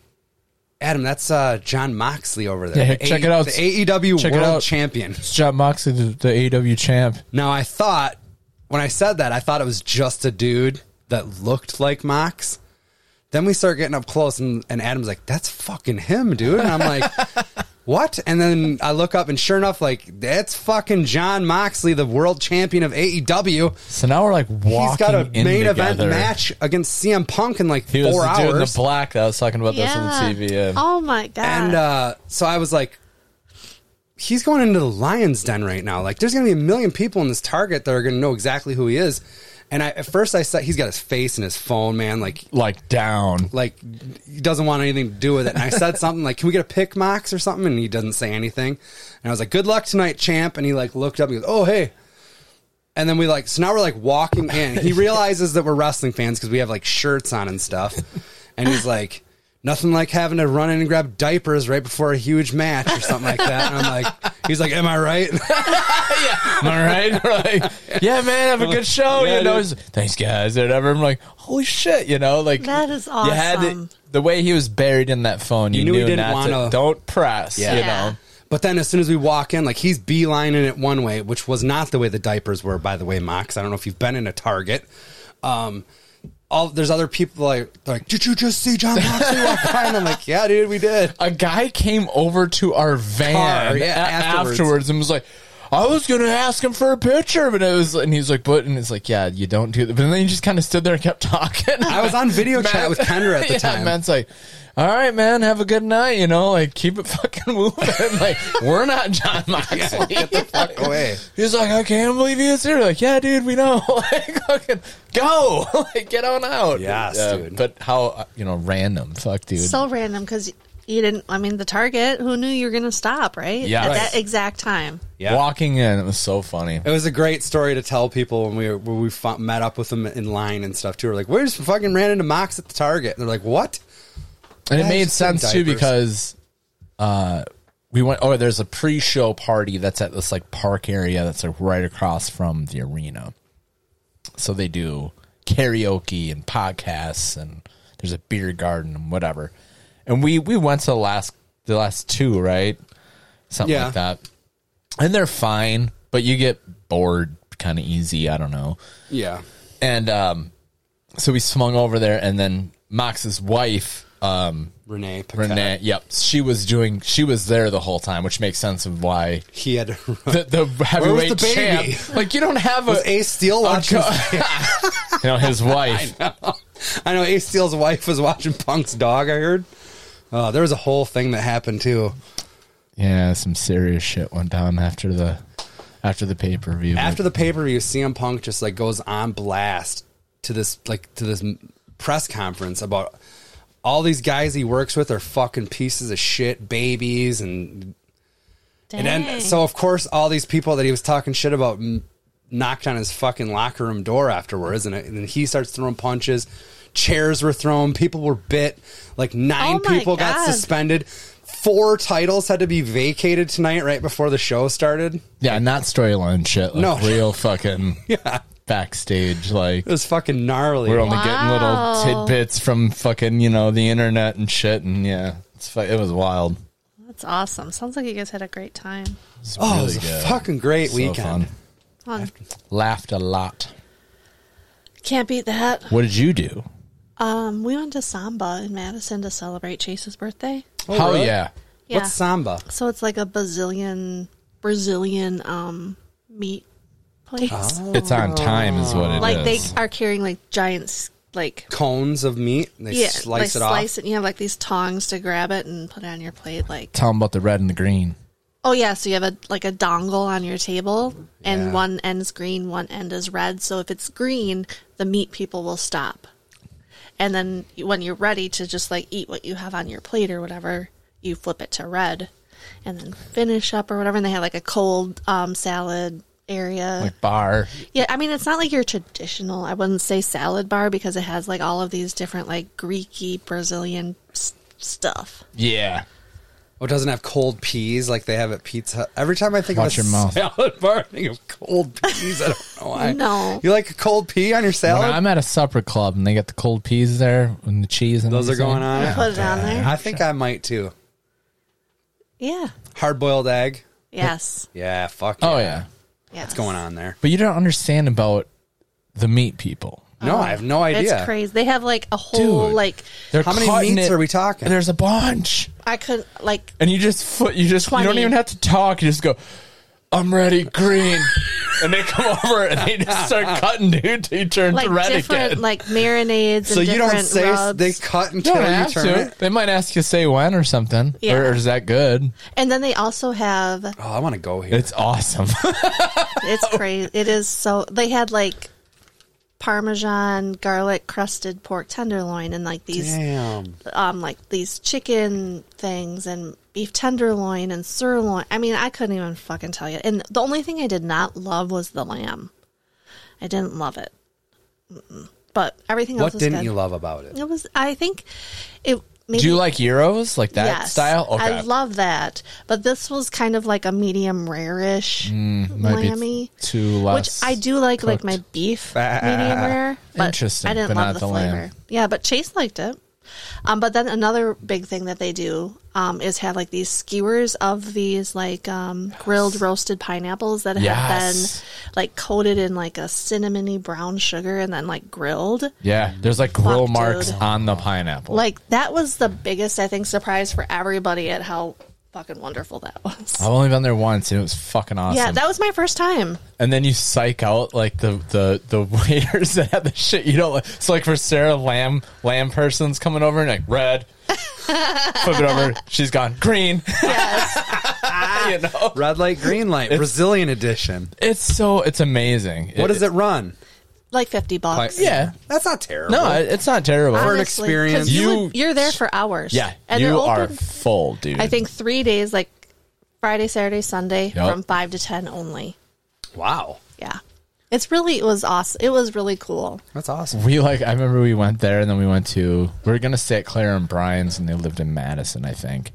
Speaker 1: "Adam, that's uh, John Moxley over there.
Speaker 2: Yeah,
Speaker 1: the
Speaker 2: check it out.
Speaker 1: the AEW
Speaker 2: Check it
Speaker 1: World
Speaker 2: out.
Speaker 1: Champion."
Speaker 2: It's John Moxley, the, the AW champ.
Speaker 1: Now I thought when I said that, I thought it was just a dude that looked like Mox. Then we start getting up close, and, and Adam's like, "That's fucking him, dude." And I'm like, "What?" And then I look up, and sure enough, like that's fucking John Moxley, the world champion of AEW.
Speaker 2: So now we're like walking
Speaker 1: He's got a
Speaker 2: in
Speaker 1: main event
Speaker 2: together.
Speaker 1: match against CM Punk in like
Speaker 2: He was
Speaker 1: four
Speaker 2: the dude in the
Speaker 1: hours.
Speaker 2: black that I was talking about this
Speaker 3: yeah.
Speaker 2: on the TV. Yeah.
Speaker 3: Oh my god.
Speaker 1: And uh, so I was like, he's going into the lion's den right now. Like, there's going to be a million people in this Target that are going to know exactly who he is. And I, at first, I said he's got his face in his phone, man. Like,
Speaker 2: Like down.
Speaker 1: like he doesn't want anything to do with it. And I said something like, "Can we get a pick, Mox, or something?" And he doesn't say anything. And I was like, "Good luck tonight, champ." And he like looked up and he goes, "Oh, hey." And then we like so now we're like walking in. He realizes that we're wrestling fans because we have like shirts on and stuff. And he's like, "Nothing like having to run in and grab diapers right before a huge match or something like that." And I'm like, "He's like, am I right?"
Speaker 2: Am I right? We're like, yeah, man, have a good show.
Speaker 1: Yeah,
Speaker 2: you know,
Speaker 1: dude.
Speaker 2: he's, thanks, guys, or whatever. I'm like, holy shit, you know, like
Speaker 3: That is
Speaker 2: You had
Speaker 3: awesome.
Speaker 2: to, the way he was buried in that phone. You,
Speaker 1: knew
Speaker 2: knew,
Speaker 1: he didn't
Speaker 2: not to.
Speaker 1: wanna-
Speaker 2: Don't press.
Speaker 1: Yeah.
Speaker 2: You
Speaker 3: Yeah.
Speaker 2: know,
Speaker 1: But then as soon as we walk in, like he's beelining it one way, which was not the way the diapers were, by the way, Mox. I don't know if you've been in a Target. Um, all there's other people like they're like, did you just see John Moxley walk by? And I'm like, yeah, dude, we did.
Speaker 2: a guy came over to our van
Speaker 1: Car, yeah,
Speaker 2: a-
Speaker 1: afterwards.
Speaker 2: afterwards. and was like. I was gonna ask him for a picture, but it was, and he's like, "But," and it's like, "Yeah, you don't do that." But then he just kind of stood there and kept talking.
Speaker 1: I was on video chat with Kendra at the
Speaker 2: yeah,
Speaker 1: time.
Speaker 2: Matt's like, all right, man, have a good night. You know, like keep it fucking moving. like we're not John Moxley.
Speaker 1: Fuck away.
Speaker 2: He's like, I can't believe he was here. Like, yeah, dude, we know. like, fucking go, like get on out.
Speaker 1: Yes, dude.
Speaker 2: But how uh, you know random? Fuck, dude.
Speaker 3: so random because you didn't. I mean, the Target. Who knew you were going to stop? Right.
Speaker 2: Yeah.
Speaker 3: At
Speaker 2: Right.
Speaker 3: that exact time.
Speaker 1: Yeah.
Speaker 2: Walking in, it was so funny.
Speaker 1: It was a great story to tell people when we when we fu- met up with them in line and stuff too. We're like, we just fucking ran into Mox at the Target. And they're like, what?
Speaker 2: And it
Speaker 1: Yeah,
Speaker 2: made
Speaker 1: just putting
Speaker 2: sense too
Speaker 1: diapers.
Speaker 2: because uh we went oh there's a pre-show party that's at this like park area that's like right across from the arena. So they do karaoke and podcasts and there's a beer garden and whatever. And we we went to the last the last two, right? Something
Speaker 1: Yeah.
Speaker 2: like that. And they're fine, but you get bored kind of easy, I don't know.
Speaker 1: Yeah.
Speaker 2: And um, so we swung over there, and then Mox's wife, um,
Speaker 1: Renee. Paquette.
Speaker 2: Renee. Yep, she was doing. She was there the whole time, which makes sense of why
Speaker 1: He had to run.
Speaker 2: the, the heavyweight
Speaker 1: the baby?
Speaker 2: champ. Like you don't have a.
Speaker 1: Ace Steel
Speaker 2: a
Speaker 1: watching.
Speaker 2: co- you know his wife.
Speaker 1: I know Ace Steel's wife was watching Punk's dog. I heard. Uh, there was a whole thing that happened too.
Speaker 2: Yeah, some serious shit went down after the after the pay per view.
Speaker 1: after the pay per view, CM Punk just like goes on blast to this like to this m- press conference about all these guys he works with are fucking pieces of shit, babies, and and
Speaker 3: Dang.
Speaker 1: then so of course all these people that he was talking shit about m- knocked on his fucking locker room door afterwards, and, and then he starts throwing punches. Chairs were thrown. People were bit. Like nine
Speaker 3: Oh my
Speaker 1: people got
Speaker 3: God.
Speaker 1: suspended. Four titles had to be vacated tonight, right before the show started.
Speaker 2: yeah, not storyline shit. Like
Speaker 1: No.
Speaker 2: real fucking backstage. Like
Speaker 1: It was fucking gnarly.
Speaker 2: we're only getting little
Speaker 3: Wow.
Speaker 2: tidbits from fucking you know the internet and shit. And yeah, it's fu- it was wild.
Speaker 3: That's awesome. Sounds like you guys had a great time.
Speaker 2: It's
Speaker 1: Oh,
Speaker 2: really
Speaker 1: it was a
Speaker 2: good.
Speaker 1: fucking great
Speaker 2: So
Speaker 1: weekend.
Speaker 2: fun.
Speaker 3: Fun.
Speaker 2: Laughed a lot.
Speaker 3: Can't beat that.
Speaker 2: What did you do?
Speaker 3: Um, we went to Samba in Madison to celebrate Chase's birthday.
Speaker 2: Oh,
Speaker 1: really?
Speaker 2: yeah.
Speaker 3: Yeah.
Speaker 1: What's samba?
Speaker 3: So it's like a Brazilian Brazilian um meat place.
Speaker 1: Oh.
Speaker 2: It's on time is what it is.
Speaker 3: like they are carrying like giant s- like
Speaker 1: Cones of meat. And they
Speaker 3: yeah,
Speaker 1: slice
Speaker 3: like
Speaker 1: it
Speaker 3: slice it. You have like these tongs to grab it and put it on your plate. Like
Speaker 2: Tell them about the red and the green.
Speaker 3: oh yeah, so you have a like a dongle on your table, and
Speaker 1: Yeah.
Speaker 3: one end's green, one end is red. So if it's green, the meat people will stop, and then when you're ready to just like eat what you have on your plate or whatever, you flip it to red, and then finish up or whatever. And they had like a cold um, salad area.
Speaker 2: Like bar.
Speaker 3: Yeah, I mean it's not like your traditional. I wouldn't say salad bar because it has like all of these different like Greeky Brazilian s- stuff.
Speaker 2: Yeah.
Speaker 1: Oh, it doesn't have cold peas like they have at Pizza Hut. Every time I think
Speaker 2: Watch
Speaker 1: of
Speaker 2: your
Speaker 1: a
Speaker 2: mouth.
Speaker 1: salad bar, I think of cold peas. I don't know why.
Speaker 3: No.
Speaker 1: You like a cold pea on your
Speaker 2: When
Speaker 1: salad?
Speaker 2: I'm at a supper club and they got the cold peas there and the cheese and
Speaker 1: Those are
Speaker 2: everything.
Speaker 1: going on.
Speaker 3: Put it on there.
Speaker 1: I think I might too.
Speaker 3: Yeah.
Speaker 1: Hard boiled egg.
Speaker 3: Yes.
Speaker 1: Yeah, fuck.
Speaker 2: Oh
Speaker 1: yeah.
Speaker 2: yeah.
Speaker 3: Yes.
Speaker 1: What's going on there?
Speaker 2: But you don't understand about the meat people.
Speaker 1: No, I have no idea.
Speaker 3: Oh, It's crazy. They have like a whole
Speaker 2: Dude.
Speaker 3: like
Speaker 2: They're
Speaker 1: How many
Speaker 2: cutting
Speaker 1: meats
Speaker 2: it-
Speaker 1: are we talking?
Speaker 2: There's a bunch.
Speaker 3: I could like
Speaker 2: And you just foot you just you don't
Speaker 3: 20.
Speaker 2: even have to talk, you just go, I'm ready, green. and they come over and they just start cutting dude till you turn
Speaker 3: like
Speaker 2: to red
Speaker 3: different
Speaker 2: again.
Speaker 3: like marinades.
Speaker 1: so
Speaker 3: and
Speaker 1: you don't
Speaker 3: different
Speaker 1: say s-
Speaker 3: rubs.
Speaker 1: they cut
Speaker 2: you
Speaker 1: until
Speaker 2: don't
Speaker 1: you
Speaker 2: have
Speaker 1: turn
Speaker 2: to.
Speaker 1: it.
Speaker 2: They might ask you to say when or something.
Speaker 3: Yeah.
Speaker 2: Or, or is that good?
Speaker 3: and then they also have
Speaker 1: Oh, I want to go here.
Speaker 2: It's awesome.
Speaker 3: it's crazy. It is so they had like parmesan garlic crusted pork tenderloin and like these
Speaker 1: Damn.
Speaker 3: um, like these chicken things and beef tenderloin and sirloin. I mean, I couldn't even fucking tell you. And the only thing I did not love was the lamb. I didn't love it. Mm-mm. But everything else
Speaker 1: What
Speaker 3: was
Speaker 1: didn't
Speaker 3: good.
Speaker 1: you love about it?
Speaker 3: It was. I think it. Maybe,
Speaker 2: Do you like Euros? Like that
Speaker 3: yes,
Speaker 2: style?
Speaker 3: I love that. But this was kind of like a medium rare-ish
Speaker 2: Mm, Might be
Speaker 3: lammy,
Speaker 2: too
Speaker 3: which
Speaker 2: less.
Speaker 3: I do like, like
Speaker 2: cooked. Ah,
Speaker 3: my beef medium rare. But
Speaker 2: Interesting,
Speaker 3: I didn't
Speaker 2: but
Speaker 3: love
Speaker 2: not
Speaker 3: the,
Speaker 2: the lamb.
Speaker 3: flavor. Yeah, but Chase liked it. Um, but then another big thing that they do um, is have like these skewers of these like um, grilled roasted pineapples that
Speaker 2: Yes.
Speaker 3: have been like coated in like a cinnamony brown sugar and then like grilled.
Speaker 2: Yeah, there's like grill
Speaker 3: Fuck,
Speaker 2: marks
Speaker 3: dude.
Speaker 2: on the pineapple.
Speaker 3: Like that was the biggest I think surprise for everybody at how fucking wonderful that was.
Speaker 2: I've only been there once and it was fucking awesome.
Speaker 3: Yeah, that was my first time.
Speaker 2: and then you psych out like the the the waiters that have the shit you don't like. So like for Sarah Lamb Lamb person's coming over and like red. Flip it over. She's gone green.
Speaker 3: Yes. Ah.
Speaker 2: you know,
Speaker 1: Red light, green light, Brazilian edition.
Speaker 2: it's so it's amazing.
Speaker 1: What does it run?
Speaker 3: like 50 bucks.
Speaker 2: Yeah,
Speaker 1: That's not terrible.
Speaker 2: no, it- it's not terrible.
Speaker 1: For an
Speaker 3: Honestly,
Speaker 1: experience.
Speaker 3: 'cause You,
Speaker 2: You-
Speaker 3: would- you're there for hours.
Speaker 2: yeah,
Speaker 3: and they're
Speaker 2: you are
Speaker 3: open
Speaker 2: full, dude.
Speaker 3: I think three days, like Friday, Saturday, Sunday,
Speaker 2: Yep.
Speaker 3: from five to ten only.
Speaker 1: Wow.
Speaker 3: Yeah, it's really it was awesome. It was really cool.
Speaker 1: That's awesome.
Speaker 2: we like. I remember we went there, and then we went to. We were gonna stay at Claire and Brian's, and they lived in Madison, I think.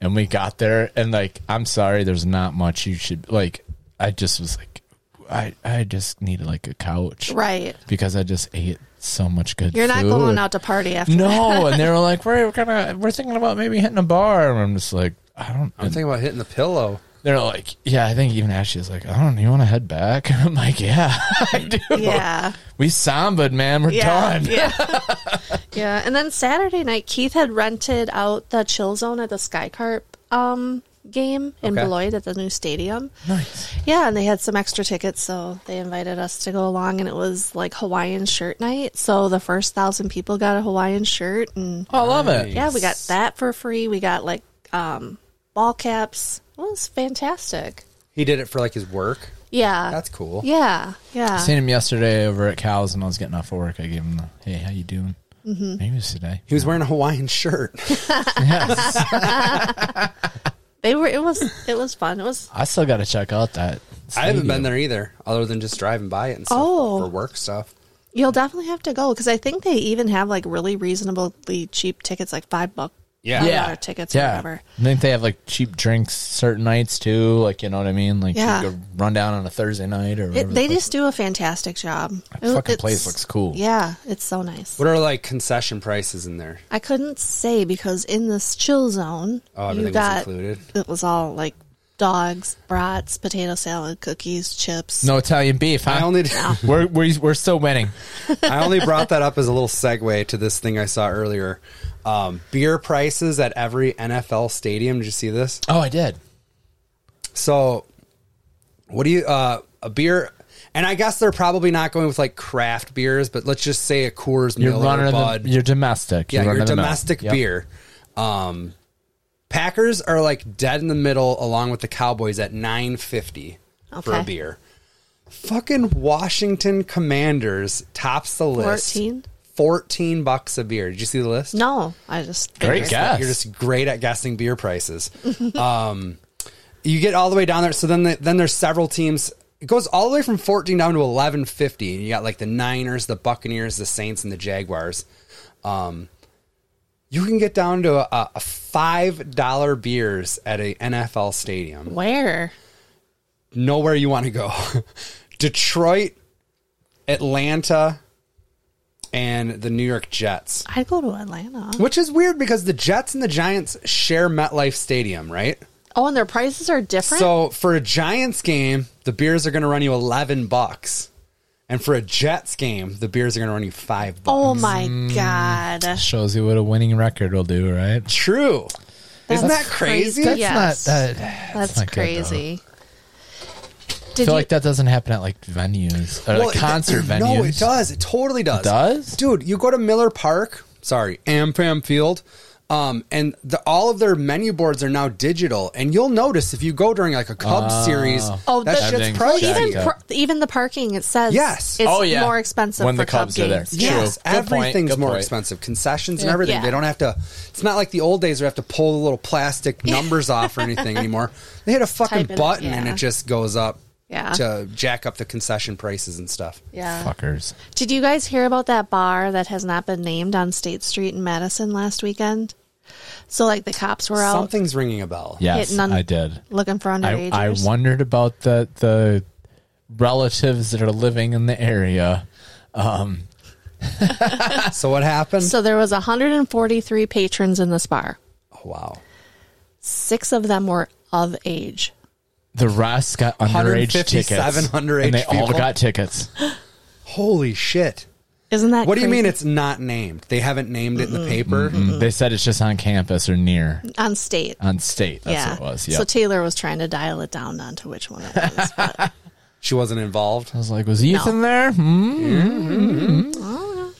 Speaker 2: And we got there, and like, I'm sorry, there's not much you should like. I just was like, I I just needed like a couch,
Speaker 3: Right,
Speaker 2: Because I just ate so much good.
Speaker 3: you're not
Speaker 2: food.
Speaker 3: going out to party after.
Speaker 2: No, and they were like, we're gonna, we're thinking about maybe hitting a bar, and I'm just like, I don't.
Speaker 1: I'm thinking about hitting the pillow.
Speaker 2: They're like, yeah, I think even Ashley's like, I don't. You want to head back? I'm like, yeah, I do.
Speaker 3: Yeah.
Speaker 2: We sambaed, man. We're
Speaker 3: Yeah.
Speaker 2: done.
Speaker 3: Yeah. yeah. And then Saturday night, Keith had rented out the chill zone at the Skycarp um, game in
Speaker 1: Okay.
Speaker 3: Beloit at the new stadium.
Speaker 2: Nice.
Speaker 3: Yeah, and they had some extra tickets, so they invited us to go along, and it was like Hawaiian shirt night. So the first thousand people got a Hawaiian shirt, and
Speaker 2: Oh, I love it.
Speaker 3: yeah, we got that for free. We got like um, ball caps. It was fantastic.
Speaker 1: He did it for like his work.
Speaker 3: Yeah,
Speaker 1: That's cool.
Speaker 3: yeah, yeah.
Speaker 2: I seen him yesterday over at Cal's, and I was getting off of work. I gave him the, hey, how you doing? Mm-hmm. Maybe it was today.
Speaker 1: He was wearing a Hawaiian shirt.
Speaker 2: Yes.
Speaker 3: They were. It was. It was fun. It was.
Speaker 2: I still got to check out that.
Speaker 1: I haven't been
Speaker 2: stadium.
Speaker 1: there either, other than just driving by it and stuff
Speaker 3: Oh.
Speaker 1: for work stuff.
Speaker 3: You'll definitely have to go because I think they even have like really reasonably cheap tickets, like five buck.
Speaker 1: Yeah.
Speaker 3: five
Speaker 1: there.
Speaker 3: dollar tickets, or whatever.
Speaker 2: I think they have like cheap drinks certain nights too. Like you know what I mean? Like
Speaker 3: Yeah.
Speaker 2: you could run down on a Thursday night or whatever.
Speaker 3: It,
Speaker 2: the
Speaker 3: they
Speaker 2: fuck.
Speaker 3: just do a fantastic job.
Speaker 2: That
Speaker 3: It-
Speaker 2: fucking place
Speaker 3: it's-
Speaker 2: looks cool.
Speaker 3: Yeah, it's so nice.
Speaker 1: What are like concession prices in there?
Speaker 3: I couldn't say because in this chill zone,
Speaker 1: Oh,
Speaker 3: you
Speaker 1: everything
Speaker 3: got
Speaker 1: was included.
Speaker 3: it was all like dogs, brats, potato salad, cookies, chips.
Speaker 2: no Italian beef. Huh?
Speaker 1: I only
Speaker 2: we're, we're we're still winning.
Speaker 1: I only brought that up as a little segue to this thing I saw earlier. Um, beer prices at every NFL stadium. Did you see this?
Speaker 2: Oh, I did.
Speaker 1: So, what do you uh, a beer? And I guess they're probably not going with like craft beers, but let's just say a Coors
Speaker 2: You're
Speaker 1: Miller,
Speaker 2: running
Speaker 1: Bud.
Speaker 2: the, you're domestic.
Speaker 1: yeah,
Speaker 2: you're
Speaker 1: your
Speaker 2: running the mouth.
Speaker 1: domestic
Speaker 2: Yep.
Speaker 1: beer. Um, Packers are like dead in the middle, along with the Cowboys at nine fifty for a
Speaker 3: Okay.
Speaker 1: beer. Fucking Washington Commanders tops the list.
Speaker 3: 14?
Speaker 1: 14 bucks a beer. Did you see the list?
Speaker 3: No, I just
Speaker 2: Great
Speaker 3: figured.
Speaker 2: guess.
Speaker 1: You're just great at guessing beer prices. um, you get all the way down there. So then, the, then there's several teams. It goes all the way from 14 down to 11.50. And you got like the Niners, the Buccaneers, the Saints, and the Jaguars. Um, you can get down to a, a five dollar beers at a NFL stadium.
Speaker 3: Where?
Speaker 1: Nowhere you want to go. Detroit, Atlanta, and the New York Jets.
Speaker 3: I go to Atlanta.
Speaker 1: Which is weird because the Jets and the Giants share MetLife Stadium, right?
Speaker 3: Oh, and their prices are different.
Speaker 1: So for a Giants game, the beers are going to run you 11 bucks. And for a Jets game, the beers are going to run you 5 bucks.
Speaker 3: oh my
Speaker 2: Mm.
Speaker 3: god,
Speaker 2: Shows you what a winning record will do, right?
Speaker 3: Oh.
Speaker 1: True. Isn't that
Speaker 3: That's
Speaker 1: crazy?
Speaker 3: crazy.
Speaker 2: That's
Speaker 3: Yes.
Speaker 2: not that. That's,
Speaker 3: that's
Speaker 2: not good, though.
Speaker 3: crazy.
Speaker 2: I
Speaker 3: Did
Speaker 2: feel
Speaker 3: you?
Speaker 2: like that doesn't happen at like venues or
Speaker 1: Well,
Speaker 2: like concert
Speaker 1: it,
Speaker 2: venues.
Speaker 1: No, it does. It totally does.
Speaker 2: does?
Speaker 1: Dude, you go to Miller Park, sorry, AmFam Field, um, and the, all of their menu boards are now digital. And you'll notice if you go during like a Cubs series,
Speaker 3: Oh,
Speaker 1: that
Speaker 3: the-
Speaker 1: shit's
Speaker 2: Ah. Everything's
Speaker 1: pricey.
Speaker 2: jacked
Speaker 3: even
Speaker 2: Yeah.
Speaker 3: par- even the parking, it says
Speaker 1: Yes.
Speaker 3: it's
Speaker 2: Oh, yeah.
Speaker 3: more expensive
Speaker 2: When
Speaker 3: for
Speaker 2: the
Speaker 3: Cub
Speaker 2: Cubs are there.
Speaker 3: games.
Speaker 2: True.
Speaker 1: Yes,
Speaker 2: Good point.
Speaker 1: everything's
Speaker 2: Good
Speaker 1: more
Speaker 2: point.
Speaker 1: expensive. Concessions and everything.
Speaker 3: Yeah.
Speaker 1: They don't have to. It's not like the old days where you have to pull the little plastic numbers off or anything anymore. They hit a fucking
Speaker 3: Type it in,
Speaker 1: button and
Speaker 3: yeah.
Speaker 1: it just goes up
Speaker 3: Yeah.
Speaker 1: to jack up the concession prices and stuff.
Speaker 3: Yeah.
Speaker 2: Fuckers.
Speaker 3: Did you guys hear about that bar that has not been named on State Street in Madison last weekend? So like the cops were out
Speaker 1: Something's ringing a bell.
Speaker 2: Yes,
Speaker 3: none-
Speaker 2: I did.
Speaker 3: looking for
Speaker 2: I,
Speaker 3: underagers.
Speaker 2: I wondered about the the relatives that are living in the area. Um,
Speaker 1: So what happened?
Speaker 3: so there was 143 patrons in this bar.
Speaker 1: oh, wow.
Speaker 3: 6 of them were of age.
Speaker 2: the rest got underage tickets.
Speaker 1: 157 underage
Speaker 2: and they all
Speaker 1: people?
Speaker 2: got tickets.
Speaker 1: Holy shit.
Speaker 3: Isn't that
Speaker 1: What do you mean
Speaker 3: crazy?
Speaker 1: it's not named? They haven't named it in the paper.
Speaker 2: Mm. they said it's just on campus or near
Speaker 3: on state?
Speaker 2: on state. Uh, That's
Speaker 3: yeah.
Speaker 2: what it was. Yeah.
Speaker 3: So Taylor was trying to dial it down onto which one it was. but-
Speaker 1: She wasn't involved.
Speaker 2: I was like, was Ethan there? Hmm?
Speaker 1: Mm.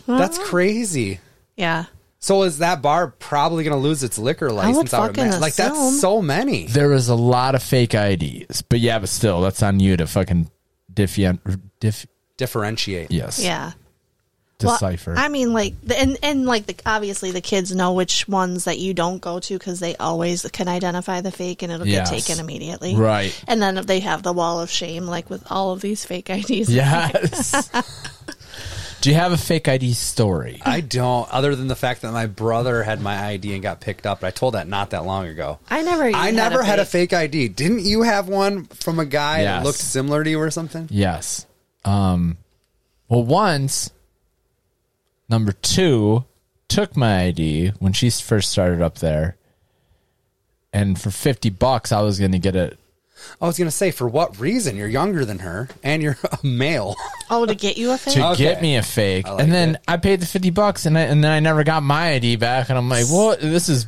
Speaker 1: That's crazy.
Speaker 3: yeah.
Speaker 1: So is that bar probably going to lose its liquor license? I would
Speaker 3: fucking
Speaker 1: imagine. Like that's
Speaker 3: assume.
Speaker 1: so many.
Speaker 2: There was a lot of fake IDs, but yeah, but still, that's on you to fucking diffi- diff-
Speaker 1: Differentiate.
Speaker 2: yes,
Speaker 3: Yeah. Well,
Speaker 2: decipher.
Speaker 3: I mean, like, the, and and like, the, obviously, the kids know which ones that you don't go to because they always can identify the fake, and it'll
Speaker 2: Yes.
Speaker 3: get taken immediately,
Speaker 2: Right.
Speaker 3: And then they have the wall of shame, like with all of these fake IDs.
Speaker 2: yes. Do you have a fake ID story?
Speaker 1: I don't, other than the fact that my brother had my ID and got picked up. I told that not that long ago.
Speaker 3: I never. even
Speaker 1: I never had a fake ID. Didn't you have one from a guy
Speaker 2: Yes.
Speaker 1: that looked similar to you or something?
Speaker 2: Yes. Um well once number 2 took my ID when she first started up there and for 50 bucks I was going to get it
Speaker 1: I was going to say, for what reason? You're younger than her and you're a male.
Speaker 3: Oh, to get you a fake?
Speaker 2: to
Speaker 1: Okay.
Speaker 2: get me a fake.
Speaker 1: like
Speaker 2: and then
Speaker 1: it.
Speaker 2: I paid the 50 bucks and I, and then I never got my ID back and I'm like, "What? This is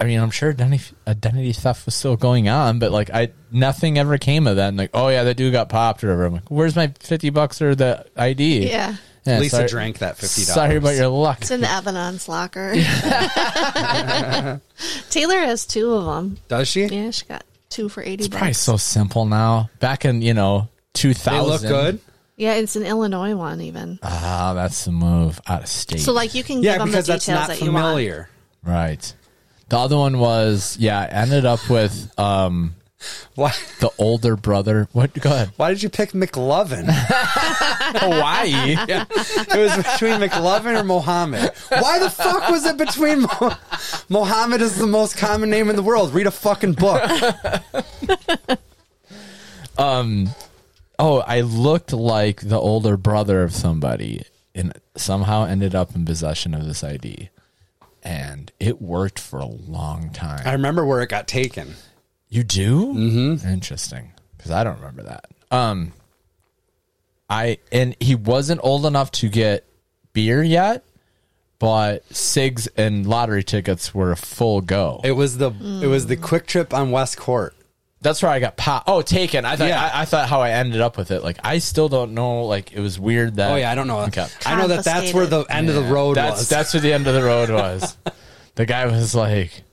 Speaker 2: I mean, I'm sure identity, identity theft was still going on, but like I nothing ever came of that. And like, "Oh yeah, that dude got popped or whatever." I'm like, "Where's my 50 bucks or the ID?"
Speaker 3: Yeah.
Speaker 2: Yeah,
Speaker 1: Lisa
Speaker 2: sorry-
Speaker 1: drank that $50.
Speaker 2: Sorry about your luck.
Speaker 3: It's in Evanon's locker. Taylor has two of them.
Speaker 1: Does she?
Speaker 3: Yeah, she got two for 80
Speaker 2: Probably
Speaker 3: bucks.
Speaker 2: so simple now. Back in, you know, 2000.
Speaker 1: They look good.
Speaker 3: Yeah, it's an Illinois one even.
Speaker 2: Ah, that's the move out of state.
Speaker 3: So like you can give
Speaker 1: Yeah,
Speaker 3: them the
Speaker 1: because
Speaker 3: details
Speaker 1: that's not
Speaker 3: that you want.
Speaker 1: familiar.
Speaker 2: right. The other one was, yeah, I ended up with um
Speaker 1: Why,
Speaker 2: the older brother. What? Go ahead.
Speaker 1: why did you pick McLovin?
Speaker 2: Hawaii.
Speaker 1: Yeah. It was between McLovin or Mohammed. Why the fuck was it between Mo- Mohammed is the most common name in the world. Read a fucking book.
Speaker 2: Oh, I looked like the older brother of somebody and somehow ended up in possession of this ID. And it worked for a long time.
Speaker 1: I remember where it got taken.
Speaker 2: You do? Mm-hmm. Interesting, because I don't remember that. Um, I and he wasn't old enough to get beer yet, but cigs and lottery tickets were a full go.
Speaker 1: It was the it was the quick trip on West Court.
Speaker 2: That's where I got pop. Oh, taken. I thought.
Speaker 1: Yeah.
Speaker 2: I, I thought how I ended up with it. Like I still don't know. Like it was weird that.
Speaker 1: Oh yeah, I don't know.
Speaker 2: Okay.
Speaker 1: I know that that's where the end of the road
Speaker 2: that's
Speaker 1: was.
Speaker 2: that's where the end of the road was. the guy was like,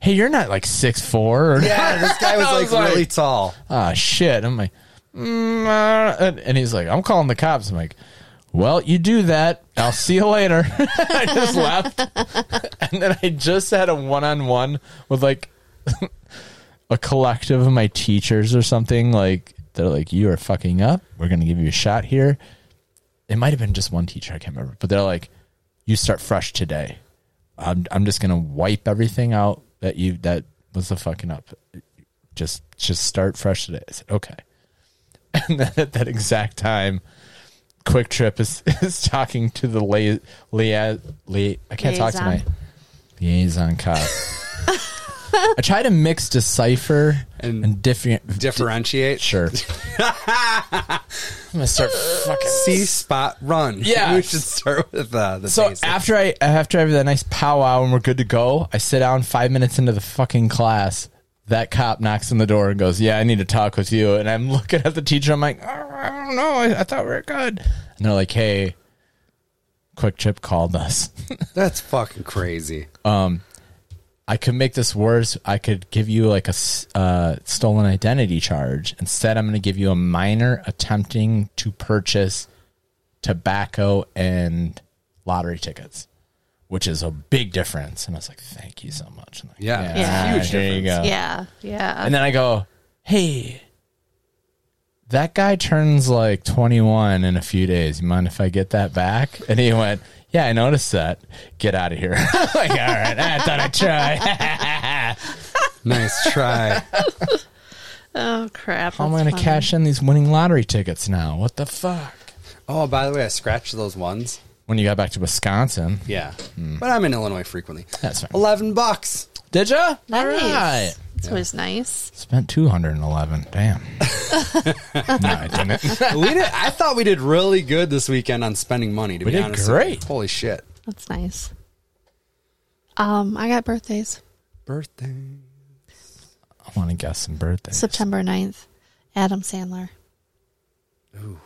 Speaker 2: "Hey, you're not like six four or
Speaker 1: yeah, this guy was
Speaker 2: I
Speaker 1: like
Speaker 2: was like-
Speaker 1: really tall.
Speaker 2: ah, shit. I'm like, mm, uh, and, and he's like, I'm calling the cops. I'm like, well, you do that. I'll see you later. I just left. and then I just had a one on one with like a collective of my teachers or something. Like, they're like, you are fucking up. We're going to give you a shot here. It might have been just one teacher. I can't remember. But they're like, you start fresh today. I'm, I'm just going to wipe everything out that you, that was the fucking up just just start fresh today. I said, okay. And then at that exact time, Quick Trip is, is talking to the lia, lia, lia I can't talk
Speaker 3: Liaison.
Speaker 2: tonight. Liaison cop. I try to mix decipher and,
Speaker 1: And
Speaker 2: different.
Speaker 1: Differentiate.
Speaker 2: sure. I'm gonna start fucking.
Speaker 1: See spot run.
Speaker 2: Yeah.
Speaker 1: we should start with uh, the
Speaker 2: So
Speaker 1: basics.
Speaker 2: after I after I have that nice powwow and we're good to go, I sit down five minutes into the fucking class. That cop knocks on the door and goes, "Yeah, I need to talk with you." And I'm looking at the teacher. I'm like, oh, "I don't know. I, I thought we were good." And they're like, "Hey, Quick Trip called us.
Speaker 1: that's fucking crazy.
Speaker 2: I could make this worse. I could give you like a s- uh, stolen identity charge. Instead, I'm going to give you a minor attempting to purchase tobacco and lottery tickets, which is a big difference. And I was like, thank you so much. And like,
Speaker 1: Yeah, it's a huge
Speaker 2: there you go.
Speaker 3: Yeah, yeah.
Speaker 2: And then I go, hey, that guy turns like 21 in a few days. You mind if I get that back? And he went, yeah, I noticed that. Get out of here. like, all right, I thought I'd try.
Speaker 1: Nice try.
Speaker 3: oh crap.
Speaker 2: How am
Speaker 3: that's
Speaker 2: I going to
Speaker 3: funny.
Speaker 2: cash in these winning lottery tickets now? What the fuck?
Speaker 1: oh, by the way, I scratched those ones.
Speaker 2: When you got back to Wisconsin.
Speaker 1: Yeah, but I'm in Illinois frequently.
Speaker 2: Hmm. That's fine.
Speaker 1: Eleven bucks.
Speaker 2: Did ya?
Speaker 3: Nice.
Speaker 2: All right.
Speaker 3: That's always nice.
Speaker 2: Spent 211. Damn. no, I didn't.
Speaker 1: we did, I thought we did really good this weekend on spending money. To
Speaker 2: We
Speaker 1: be
Speaker 2: did
Speaker 1: honest, with you.
Speaker 2: great.
Speaker 1: Holy shit!
Speaker 3: That's nice. Um, I got birthdays
Speaker 1: Birthday.
Speaker 2: I want to guess some birthdays.
Speaker 3: September 9th. Adam Sandler. Ooh.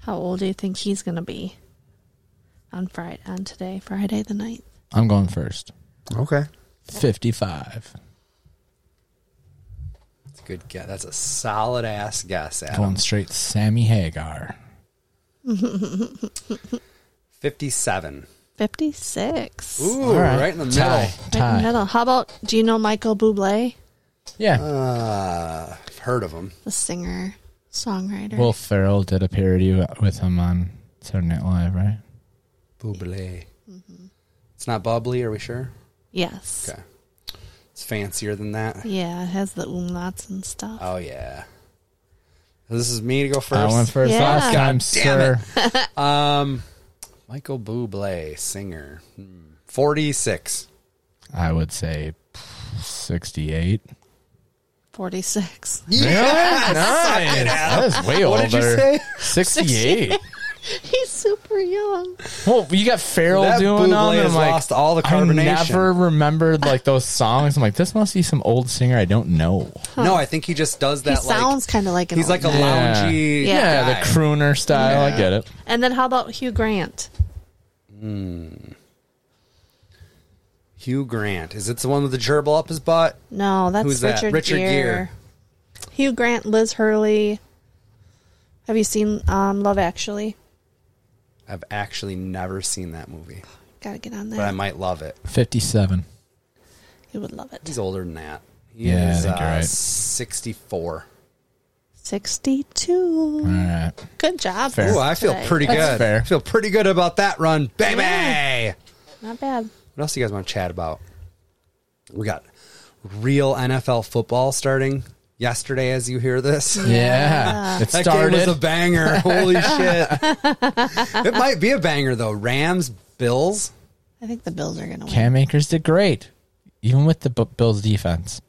Speaker 3: How old do you think he's gonna be? On Friday, on today, Friday the 9th.
Speaker 2: I'm going first.
Speaker 1: Okay,
Speaker 2: 55.
Speaker 1: that's a good guess. That's a solid ass guess, Adam.
Speaker 2: Going straight Sammy Hagar.
Speaker 1: Fifty-seven.
Speaker 3: 56.
Speaker 1: Ooh,
Speaker 2: All
Speaker 1: right. in the middle.
Speaker 2: Tie.
Speaker 3: Right in the
Speaker 2: Tie.
Speaker 3: middle. How about, do you know Michael Bublé?
Speaker 2: Yeah.
Speaker 1: Uh, I've heard of him.
Speaker 3: The singer, songwriter.
Speaker 2: Will Ferrell did a parody with him on Saturday Night Live, right?
Speaker 1: Buble. Mm-hmm. It's not bubbly. Are we sure?
Speaker 3: yes.
Speaker 1: Okay. It's fancier than that.
Speaker 3: Yeah, it has the umlauts and stuff.
Speaker 2: Uh,
Speaker 1: Oh yeah. This is me to go first.
Speaker 2: I went first
Speaker 3: Yeah.
Speaker 2: last
Speaker 3: God
Speaker 2: time, sir.
Speaker 1: Um, Michael Bublé, singer, Hmm. forty-six.
Speaker 2: I would say 68.
Speaker 3: Forty six.
Speaker 2: Yeah, nice. That is way older.
Speaker 1: What did you say?
Speaker 2: 68.
Speaker 3: He's super young.
Speaker 2: well, you got Farrell
Speaker 1: That
Speaker 2: doing
Speaker 1: Buble
Speaker 2: on and I'm
Speaker 1: has
Speaker 2: like,
Speaker 1: lost all the carbonation.
Speaker 2: I never remembered like those songs. I'm like, this must be some old singer I don't know.
Speaker 1: No, I think he just does
Speaker 3: He
Speaker 1: that. like,
Speaker 3: sounds kind of like an
Speaker 1: he's like a
Speaker 3: old man.
Speaker 2: Yeah.
Speaker 1: loungy.
Speaker 3: Yeah.
Speaker 2: Yeah, the
Speaker 1: guy.
Speaker 2: crooner style. I get it.
Speaker 3: And then how about Hugh Grant?
Speaker 1: Hugh Grant. Is it the one with the gerbil up his butt?
Speaker 3: No, that's
Speaker 1: Who's that?
Speaker 3: Richard,
Speaker 1: Richard
Speaker 3: Gere.
Speaker 1: Gere.
Speaker 3: Hugh Grant, Liz Hurley. Have you seen um, Love Actually?
Speaker 1: I've actually never seen that movie,
Speaker 3: Gotta get on
Speaker 1: but I
Speaker 3: that.
Speaker 1: might love it.
Speaker 2: 57.
Speaker 3: You would love it.
Speaker 1: He's older than that. He
Speaker 2: Yeah, I
Speaker 1: is
Speaker 2: think you're
Speaker 1: uh,
Speaker 2: right.
Speaker 1: 64.
Speaker 3: Sixty-two.
Speaker 2: All right.
Speaker 3: Good job.
Speaker 2: Fair.
Speaker 1: Ooh, I feel
Speaker 3: today.
Speaker 1: pretty
Speaker 2: That's
Speaker 1: good.
Speaker 2: fair.
Speaker 1: I feel pretty good about that run, baby.
Speaker 3: Yeah. Not bad.
Speaker 1: What else do you guys want to chat about? We got real NFL football starting yesterday as you hear this.
Speaker 2: Yeah. It
Speaker 1: That
Speaker 2: started.
Speaker 1: game was a banger. Holy shit. it might be a banger though. Rams, Bills.
Speaker 3: I think the Bills are gonna win.
Speaker 2: Cam Akers did great, even with the B- Bills defense.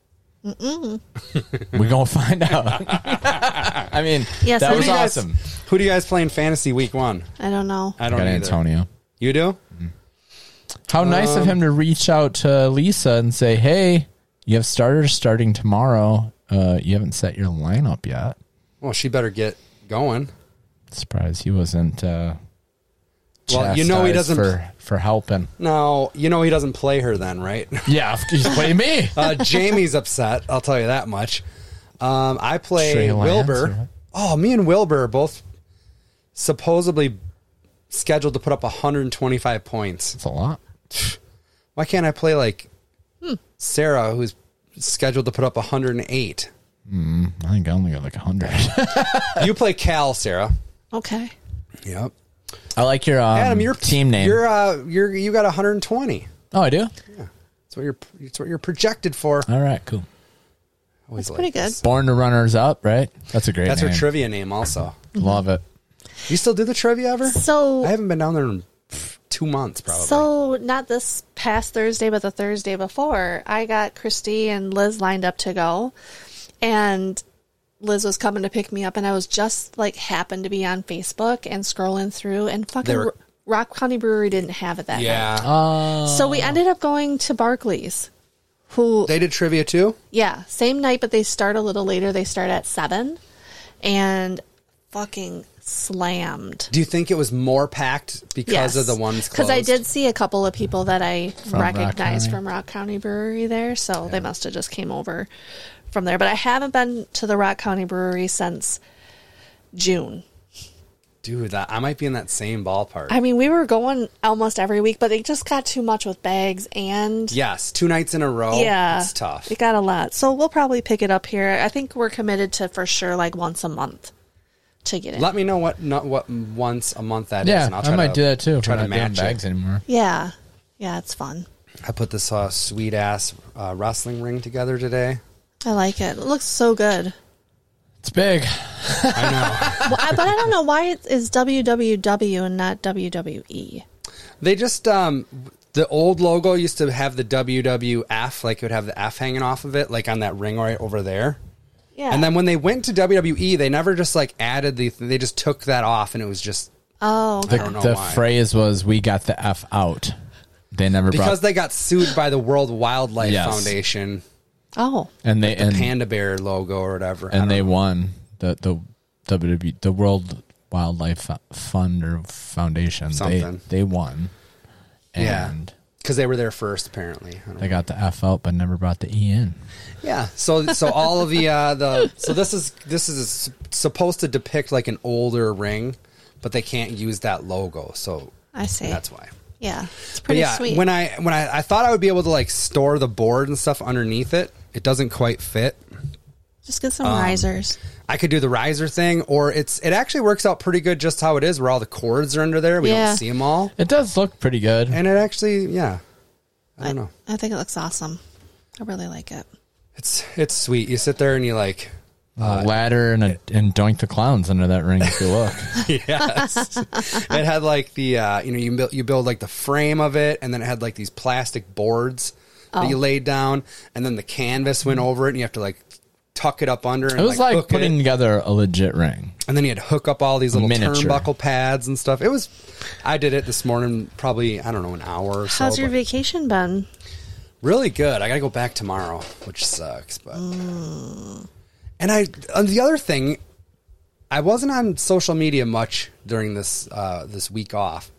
Speaker 2: We're gonna find out. I mean,
Speaker 3: Yes,
Speaker 2: that
Speaker 3: I think
Speaker 2: was
Speaker 1: that's-
Speaker 2: awesome.
Speaker 1: Who do you guys play in fantasy week one?
Speaker 3: I don't know.
Speaker 1: I don't
Speaker 2: Got
Speaker 1: know.
Speaker 2: Antonio.
Speaker 1: You do?
Speaker 2: How nice
Speaker 1: Um,
Speaker 2: of him to reach out to Lisa and say, "Hey, you have starters starting tomorrow. Uh, you haven't set your lineup yet."
Speaker 1: Well, she better get going.
Speaker 2: Surprised he wasn't. Uh,
Speaker 1: Well, you know he doesn't-
Speaker 2: chastised for for helping.
Speaker 1: No, you know he doesn't play her then, right?
Speaker 2: Yeah, he's playing me.
Speaker 1: Uh, Jamie's upset. I'll tell you that much. Um, I play
Speaker 2: Trey Lance,
Speaker 1: Wilbur.
Speaker 2: right?
Speaker 1: Oh, me and Wilbur are both supposedly scheduled to put up 125 points.
Speaker 2: That's a lot.
Speaker 1: Why can't I play like Sarah, who's scheduled to put up 108?
Speaker 2: I think I only got like hundred.
Speaker 1: you play Cal, Sarah.
Speaker 3: Okay.
Speaker 1: Yep.
Speaker 2: I like your um,
Speaker 1: Adam, your
Speaker 2: team name.
Speaker 1: You're uh, you're you got 120.
Speaker 2: oh, I do.
Speaker 1: That's what you're. That's what you're projected for.
Speaker 2: All right, cool.
Speaker 1: Always
Speaker 3: That's pretty
Speaker 1: like
Speaker 3: good.
Speaker 1: this.
Speaker 2: Born to Runners Up, right? That's a great
Speaker 1: That's her
Speaker 2: name.
Speaker 1: trivia name, also.
Speaker 2: Love it.
Speaker 1: You still do the trivia ever?
Speaker 3: So-
Speaker 1: I haven't been down there in pff, two months, probably.
Speaker 3: So not this past Thursday, but the Thursday before, I got Christy and Liz lined up to go, and Liz was coming to pick me up, and I was just like happened to be on Facebook and scrolling through, and fucking
Speaker 1: They were-
Speaker 3: Rock County Brewery didn't have it that
Speaker 1: yeah,
Speaker 3: Uh, night, so we ended up going to Barclays, who
Speaker 1: they did trivia too.
Speaker 3: yeah same night, but they start a little later. They start at seven, and fucking slammed.
Speaker 1: Do you think it was more packed because of the ones?
Speaker 3: because I
Speaker 1: closed?
Speaker 3: did see a couple of people that I
Speaker 2: Rock
Speaker 3: recognized
Speaker 2: County.
Speaker 3: from Rock County Brewery there, so they must have just came over from there. But I haven't been to the Rock County Brewery since June.
Speaker 1: dude. That I might be in that same ballpark.
Speaker 3: I mean, we were going almost every week, but it just got too much with bags and
Speaker 1: yes, two nights in a row.
Speaker 3: yeah,
Speaker 1: oh, it's tough.
Speaker 3: It got a lot, so we'll probably pick it up here. I think we're committed to for sure like once a month to get in.
Speaker 1: Let me know what not what once a month that is.
Speaker 2: Yeah,
Speaker 1: and I'll
Speaker 2: I
Speaker 1: try
Speaker 2: might
Speaker 1: to,
Speaker 2: do that too. If
Speaker 1: Try
Speaker 2: we're
Speaker 1: to
Speaker 2: not doing
Speaker 1: match
Speaker 2: bags
Speaker 1: it.
Speaker 2: anymore.
Speaker 3: yeah, yeah, it's fun.
Speaker 1: I put this uh, sweet ass uh, wrestling ring together today.
Speaker 3: I like it. It looks so good.
Speaker 2: It's big.
Speaker 1: I know.
Speaker 3: Well, I, but I don't know why it is WWW and not E. WWE.
Speaker 1: They just um the old logo used to have the WWF, like it would have the F hanging off of it, like on that ring right over there.
Speaker 3: Yeah.
Speaker 1: And then when they went to WWE, they never just like added the they just took that off and it was just
Speaker 3: oh,
Speaker 1: I
Speaker 3: okay.
Speaker 1: don't know
Speaker 2: The
Speaker 1: why.
Speaker 2: phrase was, "We got the f out." They never
Speaker 1: because
Speaker 2: brought
Speaker 1: they got sued by the World Wildlife
Speaker 2: Yes.
Speaker 1: Foundation
Speaker 3: oh,
Speaker 2: and they and
Speaker 1: panda bear logo or whatever. I
Speaker 2: and
Speaker 1: don't
Speaker 2: they
Speaker 1: know.
Speaker 2: won the the WW the World Wildlife Fo- Fund or Foundation.
Speaker 1: Something.
Speaker 2: They they won,
Speaker 1: Yeah.
Speaker 2: and
Speaker 1: cuz they were there first apparently. I don't
Speaker 2: they got the f out, but never brought the e in.
Speaker 1: Yeah. So so all of the uh, the so this is this is s- supposed to depict like an older ring, but they can't use that logo. So
Speaker 3: I see.
Speaker 1: that's why.
Speaker 3: yeah, it's
Speaker 1: But
Speaker 3: pretty
Speaker 1: yeah,
Speaker 3: sweet.
Speaker 1: when I when I, I thought I would be able to like store the board and stuff underneath it, it doesn't quite fit.
Speaker 3: Just get some
Speaker 1: um,
Speaker 3: risers.
Speaker 1: I could do the riser thing, or it's it actually works out pretty good just how it is, where all the cords are under there. We
Speaker 3: Yeah.
Speaker 1: don't see them all,
Speaker 2: It does look pretty good.
Speaker 1: and it actually, yeah, I don't know.
Speaker 3: I think it looks awesome. I really like it.
Speaker 1: It's it's sweet. You sit there and you like, uh,
Speaker 2: a ladder and a, and Doink the Clown's under that ring. If you look,
Speaker 1: yes. it had like the uh, you know you build, you build like the frame of it, and then it had like these
Speaker 3: Oh.
Speaker 1: plastic boards that you laid down, and then the canvas went over it, and you have to like tuck it up under. And
Speaker 2: It was like,
Speaker 1: hook
Speaker 2: putting
Speaker 1: it.
Speaker 2: together a legit ring.
Speaker 1: and then you had to hook up all these little
Speaker 2: Miniature.
Speaker 1: turnbuckle pads and stuff. It was, I did it this morning, probably I don't know an hour or so.
Speaker 3: How's your
Speaker 1: but
Speaker 3: vacation been?
Speaker 1: really good. I got to go back tomorrow, which sucks. But and I uh, the other thing, I wasn't on social media much during this uh, this week off.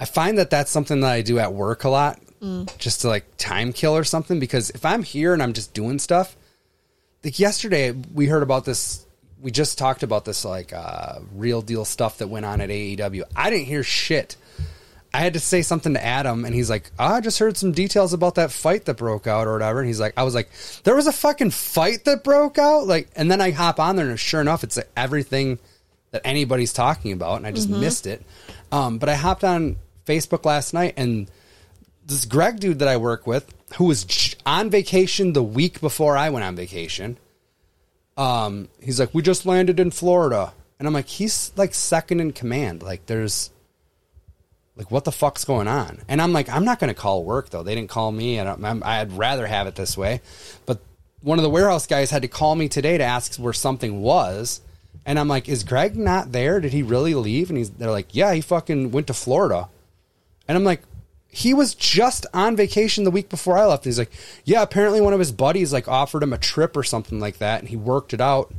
Speaker 1: I find that that's something that I do at work a lot, just to like time kill or something. Because if I'm here and I'm just doing stuff, like yesterday we heard about this. We just talked about this like uh, real deal stuff that went on at AEW. I didn't hear shit. I had to say something to Adam, and he's like, "Ah, "I just heard some details about that fight that broke out or whatever." And he's like, "I was like, there was a fucking fight that broke out, like." And then I hop on there, and sure enough, it's everything that anybody's talking about, and I just missed it. Um, but I hopped on Facebook last night, and this Greg dude that I work with, who was j- on vacation the week before I went on vacation, um, he's like, "We just landed in Florida," and I'm like, "He's like second in command. Like, there's." like what the fuck's going on and i'm like i'm not going to call work though they didn't call me and I'm, I'm, i'd rather have it this way but one of the warehouse guys had to call me today to ask where something was and i'm like is greg not there did he really leave and he's they're like yeah he fucking went to florida and i'm like he was just on vacation the week before i left and he's like yeah apparently one of his buddies like offered him a trip or something like that and he worked it out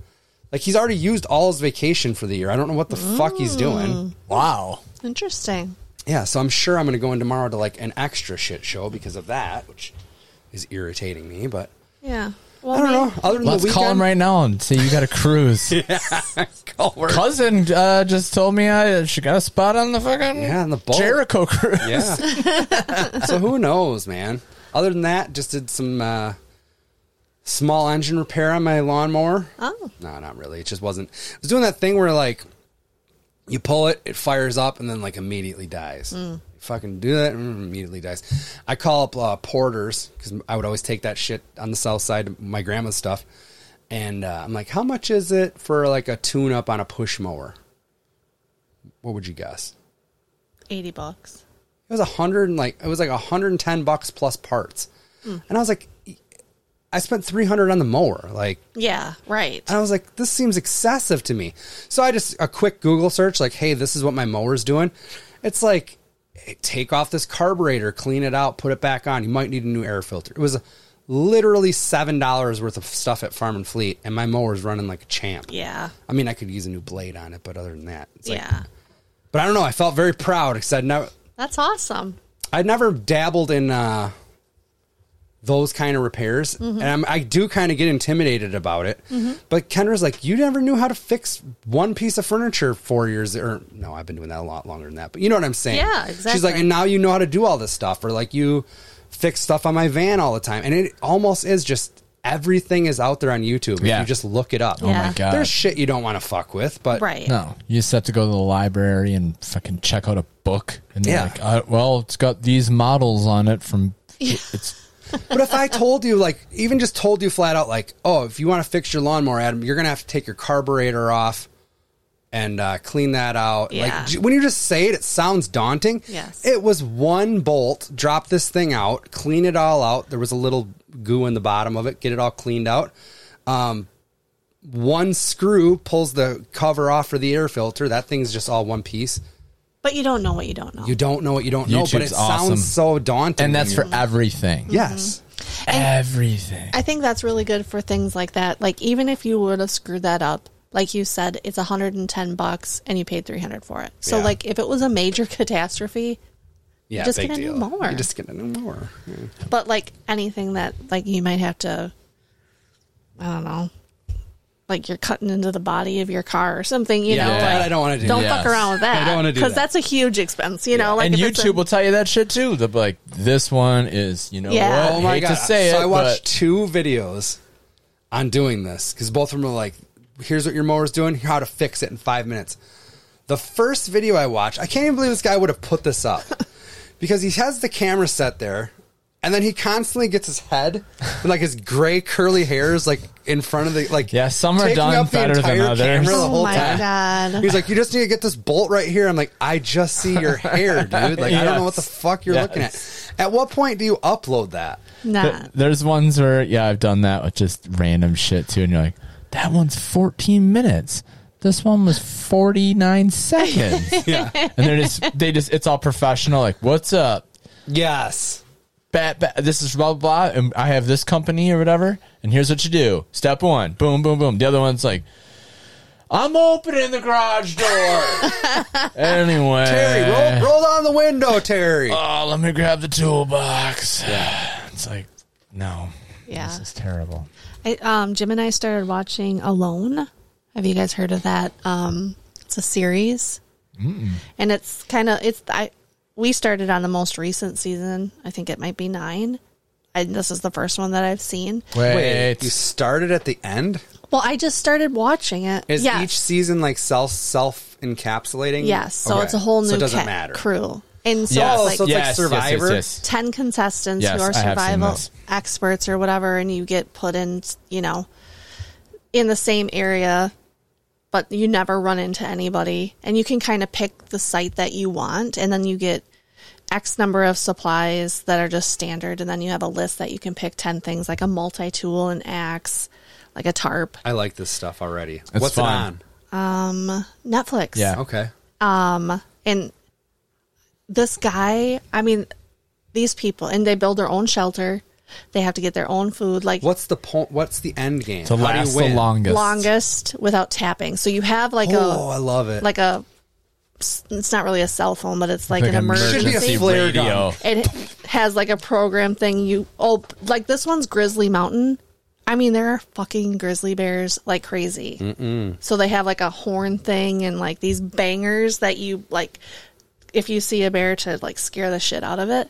Speaker 1: like he's already used all his vacation for the year i don't know what the fuck he's doing
Speaker 2: Wow.
Speaker 3: Interesting.
Speaker 1: yeah, so I'm sure I'm going to go in tomorrow to like an extra shit show because of that, which is irritating me. But
Speaker 3: Yeah. Well,
Speaker 1: I don't know. Other than
Speaker 2: Let's
Speaker 1: the
Speaker 2: call him right now and say you got a cruise.
Speaker 1: call work.
Speaker 2: Cousin uh, just told me I she got a spot on the fucking
Speaker 1: Yeah, on the boat.
Speaker 2: Jericho cruise.
Speaker 1: Yeah. so who knows, man? Other than that, just did some uh, small engine repair on my lawnmower.
Speaker 3: Oh.
Speaker 1: No, not really. It just wasn't. It was doing that thing where like you pull it, it fires up, and then like immediately dies. Fucking do that, mm, immediately dies. I call up uh, Porters because I would always take that shit on the south side, of my grandma's stuff, and uh, I'm like, "How much is it for like a tune-up on a push mower?" What would you guess?
Speaker 3: 80 bucks.
Speaker 1: It was a hundred and like it was like a hundred and ten bucks plus parts,
Speaker 3: Hmm.
Speaker 1: and I was like, I spent three hundred on the mower, like.
Speaker 3: Yeah, right.
Speaker 1: And I was like, this seems excessive to me. So I just a quick Google search, like, hey, this is what my mower's doing. It's like, hey, take off this carburetor, clean it out, put it back on. You might need a new air filter. It was literally seven dollars worth of stuff at Farm and Fleet, and my mower's running like a champ.
Speaker 3: yeah.
Speaker 1: I mean, I could use a new blade on it, but other than that, it's like,
Speaker 3: yeah.
Speaker 1: But I don't know. I felt very proud because I'd never,
Speaker 3: That's awesome.
Speaker 1: I'd never dabbled in uh, those kind of repairs,
Speaker 3: Mm-hmm.
Speaker 1: and I'm, I do kind of get intimidated about it. But Kendra's like, "You never knew how to fix one piece of furniture four years, or no, I've been doing that a lot longer than that." But you know what I'm saying?
Speaker 3: Yeah,
Speaker 1: She's like,
Speaker 3: exactly.
Speaker 1: "And now you know how to do all this stuff," or like you fix stuff on my van all the time, and it almost is just everything is out there on YouTube. If
Speaker 2: Yeah.
Speaker 1: you just look it up.
Speaker 2: Oh
Speaker 3: Yeah.
Speaker 2: my god.
Speaker 1: There's shit you don't want to fuck with, but
Speaker 3: Right.
Speaker 2: No, you just have to go to the library and fucking check out a book. And
Speaker 1: Yeah.
Speaker 2: yeah. like, uh, well, it's got these models on it from. It's
Speaker 1: But if I told you, like, even just told you flat out, like, oh, if you want to fix your lawnmower, Adam, you're gonna have to take your carburetor off and uh, clean that out.
Speaker 3: Yeah.
Speaker 1: Like j- when you just say it, it sounds daunting.
Speaker 3: Yes.
Speaker 1: It was one bolt. Drop this thing out. Clean it all out. There was a little goo in the bottom of it. Get it all cleaned out. Um, one screw pulls the cover off for the air filter. That thing's just all one piece.
Speaker 3: But you don't know what you don't know.
Speaker 1: You don't know what you don't know, but
Speaker 2: YouTube's
Speaker 1: it
Speaker 2: awesome.
Speaker 1: sounds so daunting.
Speaker 2: and
Speaker 1: when
Speaker 2: that's
Speaker 1: you're-
Speaker 2: for everything.
Speaker 1: yes.
Speaker 2: everything.
Speaker 3: I think that's really good for things like that. Like even if you would have screwed that up, like you said, it's 110 bucks and you paid 300 for it. So
Speaker 1: Yeah.
Speaker 3: like if it was a major catastrophe,
Speaker 1: Yeah,
Speaker 3: just
Speaker 1: big
Speaker 3: get a new
Speaker 1: deal.
Speaker 3: mower.
Speaker 1: You just get a new mower. Yeah.
Speaker 3: but like anything that like you might have to I don't know. Like you're cutting into the body of your car or something, you
Speaker 1: Yeah,
Speaker 3: know.
Speaker 1: that
Speaker 3: like,
Speaker 1: I don't wanna do.
Speaker 3: Don't
Speaker 2: Yes.
Speaker 3: fuck around with that.
Speaker 1: I don't wanna do that.
Speaker 3: that's a huge expense, you know. Like
Speaker 2: and
Speaker 3: if it's
Speaker 2: YouTube
Speaker 3: a-
Speaker 2: will tell you that shit too. They'll be like, this one is, you know,
Speaker 3: Yeah.
Speaker 2: what?
Speaker 3: Oh
Speaker 1: Oh my
Speaker 2: Hate
Speaker 1: god!
Speaker 2: to say
Speaker 1: so
Speaker 2: it,
Speaker 1: I watched
Speaker 2: but-
Speaker 1: two videos on doing this because both of them were like, "Here's what your mower's doing. How to fix it in five minutes." The first video I watched, I can't even believe this guy would have put this up because he has the camera set there, and then he constantly gets his head and like his gray curly hair is like in front of the like.
Speaker 2: Yeah, some are
Speaker 1: taking
Speaker 2: done
Speaker 1: up the
Speaker 2: better than
Speaker 1: entire
Speaker 2: others.
Speaker 1: camera the
Speaker 3: Oh
Speaker 1: whole
Speaker 3: my
Speaker 1: time.
Speaker 3: god.
Speaker 1: He's like, you just need to get this bolt right here. I'm like, I just see your hair, dude. Like, I don't know what the
Speaker 2: Yes.
Speaker 1: fuck you're looking
Speaker 2: Yes.
Speaker 1: at. At what point do you upload that?
Speaker 3: nah.
Speaker 2: Th- There's ones where yeah, I've done that with just random shit too, and you're like, that one's 14 minutes. This one was 49 seconds. yeah, and they're just they just it's all professional. Like, what's up?
Speaker 1: Yes.
Speaker 2: Bat, bat, this is blah blah blah, and I have this company or whatever. And here's what you do: step one, boom, boom, boom. The other one's like, I'm opening the garage door. anyway,
Speaker 1: Terry, roll, roll down the window, Terry.
Speaker 2: oh, let me grab the toolbox. It's like, no,
Speaker 3: yeah.
Speaker 2: this is terrible.
Speaker 3: I, um, Jim and I started watching Alone. Have you guys heard of that? Um, it's a series,
Speaker 1: Mm.
Speaker 3: and it's kind of it's I. We started on the most recent season. I think it might be nine. And this is the first one that I've seen.
Speaker 2: Wait,
Speaker 1: you started at the end?
Speaker 3: Well, I just started watching it.
Speaker 1: Is
Speaker 3: Yes.
Speaker 1: each season like self Oh, self encapsulating?
Speaker 3: Yes, so
Speaker 1: Okay.
Speaker 3: it's a whole new
Speaker 1: So it doesn't
Speaker 3: ca-
Speaker 1: matter.
Speaker 3: crew. And so
Speaker 1: Yes.
Speaker 3: it's
Speaker 1: Oh,
Speaker 3: like
Speaker 1: so it's like Survivor?
Speaker 3: 10 contestants
Speaker 2: Yes,
Speaker 3: who are
Speaker 2: I have seen
Speaker 3: survival
Speaker 2: this.
Speaker 3: experts or whatever and you get put in you know in the same area but you never run into anybody and you can kind of pick the site that you want and then you get x number of supplies that are just standard and then you have a list that you can pick 10 things like a multi-tool an axe like a tarp
Speaker 1: I like this stuff already.
Speaker 2: It's
Speaker 1: What's
Speaker 2: fun.
Speaker 3: um netflix
Speaker 2: Yeah.
Speaker 1: it on? Okay.
Speaker 3: and this guy i mean these people and they build their own shelter they have to get their own food like
Speaker 1: What's the point? What's the end game?
Speaker 2: To
Speaker 1: How do you
Speaker 2: last the
Speaker 1: win?
Speaker 2: longest.
Speaker 3: longest without tapping so you have like
Speaker 1: Oh, I
Speaker 3: a
Speaker 1: love it.
Speaker 3: like a it's not really a cell phone but it's like,
Speaker 2: Like
Speaker 3: an
Speaker 2: an
Speaker 3: emergency,
Speaker 1: should be a
Speaker 2: emergency
Speaker 1: flare
Speaker 2: radio.
Speaker 1: gun.
Speaker 3: it has like a program thing you oh like this one's grizzly mountain i mean there are fucking grizzly bears like crazy so they have like a horn thing and like these bangers that you like if you see a bear to like scare the shit out of it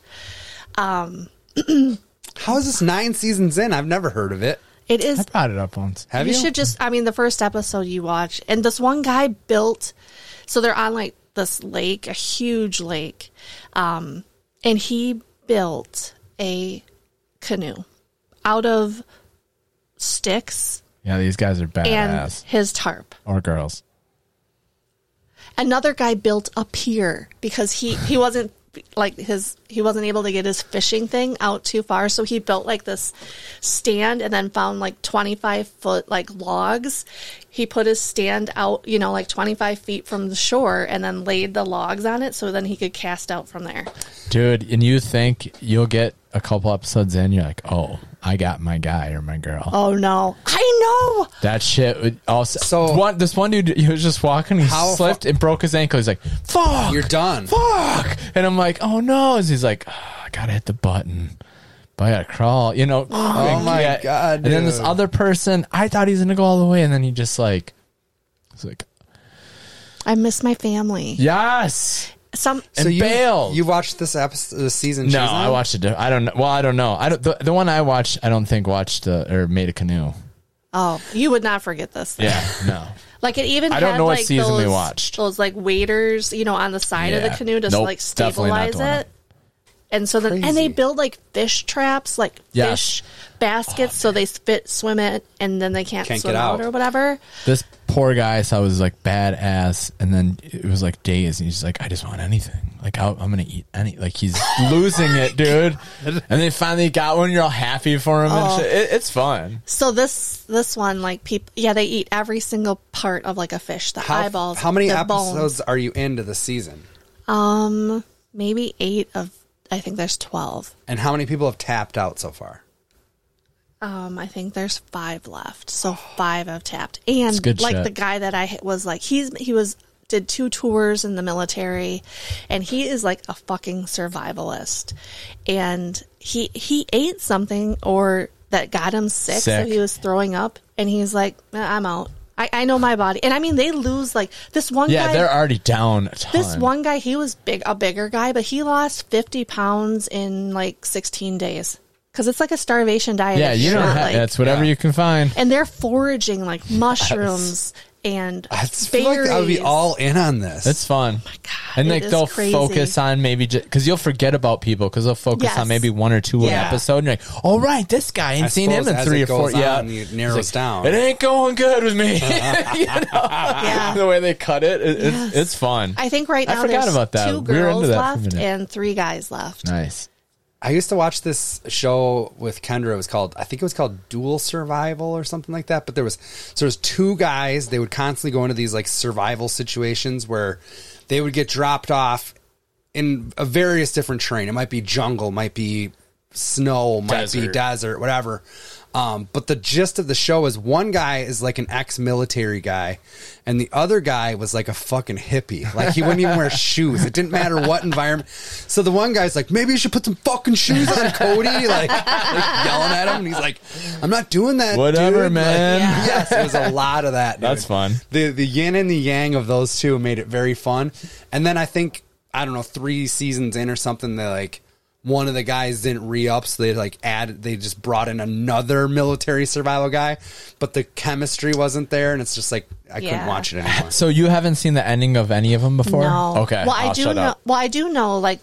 Speaker 1: How is this nine seasons in? I've never heard of it.
Speaker 3: it is
Speaker 2: I brought it up once.
Speaker 1: Have you?
Speaker 3: should just i mean the first episode you watch and this one guy built so they're on like this lake a huge lake um and he built a canoe out of sticks
Speaker 2: Yeah, these guys are
Speaker 3: and
Speaker 2: badass.
Speaker 3: his tarp
Speaker 2: or girls.
Speaker 3: another guy built a pier because he he wasn't like his he wasn't able to get his fishing thing out too far so he built like this stand and then found like 25 foot like logs he put his stand out you know like 25 feet from the shore and then laid the logs on it so then he could cast out from there
Speaker 2: Dude, and you think you'll get a couple episodes in, you're like, oh, I got my guy or my girl.
Speaker 3: oh no i know
Speaker 2: That shit would also.
Speaker 1: So-
Speaker 2: one, this one dude, he was just walking, he
Speaker 1: How fu-
Speaker 2: slipped and broke his ankle. He's like, fuck.
Speaker 1: You're done.
Speaker 2: Fuck. And I'm like, oh no. And he's like, "Ah, I gotta hit the button. But I gotta crawl, you know. Oh
Speaker 1: my God,
Speaker 2: And then this
Speaker 1: dude.
Speaker 2: other person, I thought he's gonna go all the way, and then he just like, he's like,
Speaker 3: i miss my family
Speaker 2: yes.
Speaker 3: some
Speaker 2: And
Speaker 1: you
Speaker 2: bailed.
Speaker 1: you watched this episode, this season?
Speaker 2: No,
Speaker 1: she's on?
Speaker 2: I watched it. diff- I don't know. Well, I don't know. I don't. The, the one I watched, I don't think watched uh, or made a canoe.
Speaker 3: oh you would not forget this thing.
Speaker 2: Yeah, no.
Speaker 3: Like it even.
Speaker 2: I don't
Speaker 3: had,
Speaker 2: know what
Speaker 3: like,
Speaker 2: season we
Speaker 3: those-
Speaker 2: watched.
Speaker 3: Those like waders, you know, on the side of
Speaker 2: Yeah.
Speaker 3: the canoe to
Speaker 2: Nope,
Speaker 3: like
Speaker 2: definitely not
Speaker 3: stabilize
Speaker 2: doing
Speaker 3: it. And so then, and
Speaker 1: Crazy.
Speaker 3: they build like fish traps, like
Speaker 2: Yes.
Speaker 3: fish baskets, so they fit swim it, and then they can't,
Speaker 1: Can't
Speaker 3: swim
Speaker 1: get
Speaker 3: out.
Speaker 1: out.
Speaker 3: or whatever.
Speaker 2: This poor guy, so I was like badass, and then it was like days, and he's like, I just want anything. Like I, I'm gonna eat any. Like he's losing it, dude. And they finally got one. You're all happy for him,
Speaker 3: Oh.
Speaker 2: and shit. It, it's fun.
Speaker 3: So this this one, like people, yeah, they eat every single part of like a fish, the
Speaker 1: How,
Speaker 3: eyeballs,
Speaker 1: How many
Speaker 3: the
Speaker 1: episodes are you into the season?
Speaker 3: Bones. Um, maybe eight of. I think there's twelve.
Speaker 1: And how many people have tapped out so far?
Speaker 3: Um, I think there's five left, so five I've tapped. And
Speaker 2: good
Speaker 3: like
Speaker 2: shit.
Speaker 3: the guy that I hit was like, he's he was did two tours in the military, and he is like a fucking survivalist. And he he ate something or that got him sick, so
Speaker 2: Sick.
Speaker 3: he was throwing up, and he's like, "Nah, I'm out. I, I know my body. And I mean, they lose like this one.
Speaker 2: Yeah,
Speaker 3: guy,
Speaker 2: they're already down a ton.
Speaker 3: this one guy, he was big, a bigger guy, but he lost 50 pounds in like 16 days. Cause it's like a starvation diet.
Speaker 2: Yeah,
Speaker 3: It's
Speaker 2: you don't
Speaker 3: not
Speaker 2: have.
Speaker 3: like-
Speaker 2: that's whatever you can find.
Speaker 3: and they're foraging like mushrooms and
Speaker 1: I feel like I would be
Speaker 3: berries.
Speaker 1: all in on this.
Speaker 2: It's fun. and
Speaker 3: Oh it
Speaker 2: like
Speaker 3: is
Speaker 2: they'll
Speaker 3: crazy.
Speaker 2: focus on maybe because you'll forget about people because they'll focus
Speaker 3: Yes.
Speaker 2: on maybe one or two an
Speaker 3: Yeah.
Speaker 2: episode and you're like, oh right, this guy ain't
Speaker 1: I
Speaker 2: seen him
Speaker 1: suppose
Speaker 2: in
Speaker 1: as
Speaker 2: three
Speaker 1: it
Speaker 2: or four.
Speaker 1: goes
Speaker 2: yeah,
Speaker 1: on, it
Speaker 2: It's
Speaker 1: narrows down.
Speaker 2: It ain't going good with me. You know?
Speaker 3: Yeah.
Speaker 2: the way they cut it, it it's-
Speaker 3: Yes.
Speaker 2: it's fun.
Speaker 3: I think right
Speaker 2: I
Speaker 3: now
Speaker 2: forgot
Speaker 3: there's
Speaker 2: about that.
Speaker 3: two
Speaker 2: We were
Speaker 3: girls
Speaker 2: into that for a
Speaker 3: left
Speaker 2: minute.
Speaker 3: and three guys left.
Speaker 2: nice.
Speaker 1: I used to watch this show with Kendra. It was called, I think it was called Dual Survival or something like that. But there was, so there was two guys. They would constantly go into these like survival situations where they would get dropped off in a various different terrain. It might be jungle, might be snow, might be
Speaker 2: Desert.
Speaker 1: desert, whatever. Um, but the gist of the show is one guy is like an ex-military guy, and the other guy was like a fucking hippie. Like he wouldn't even wear shoes. It didn't matter what environment. So the one guy's like, maybe you should put some fucking shoes on, Cody. Like, like yelling at him, and he's like, I'm not doing that. dude.
Speaker 2: Whatever,
Speaker 1: Like,
Speaker 2: man.
Speaker 3: Yeah.
Speaker 1: yes, it was a lot of that. dude.
Speaker 2: That's fun.
Speaker 1: The the yin and the yang of those two made it very fun. And then I think I don't know three seasons in or something, they like one of the guys didn't re up, so they like added they just brought in another military survival guy, but the chemistry wasn't there, and it's just like I couldn't
Speaker 3: Yeah.
Speaker 1: watch it anymore.
Speaker 2: So you haven't seen the ending of any of them before?
Speaker 3: No.
Speaker 2: Okay.
Speaker 3: Well, I
Speaker 2: I'll
Speaker 3: do
Speaker 2: shut
Speaker 3: know.
Speaker 2: up.
Speaker 3: Well, I do know. Like,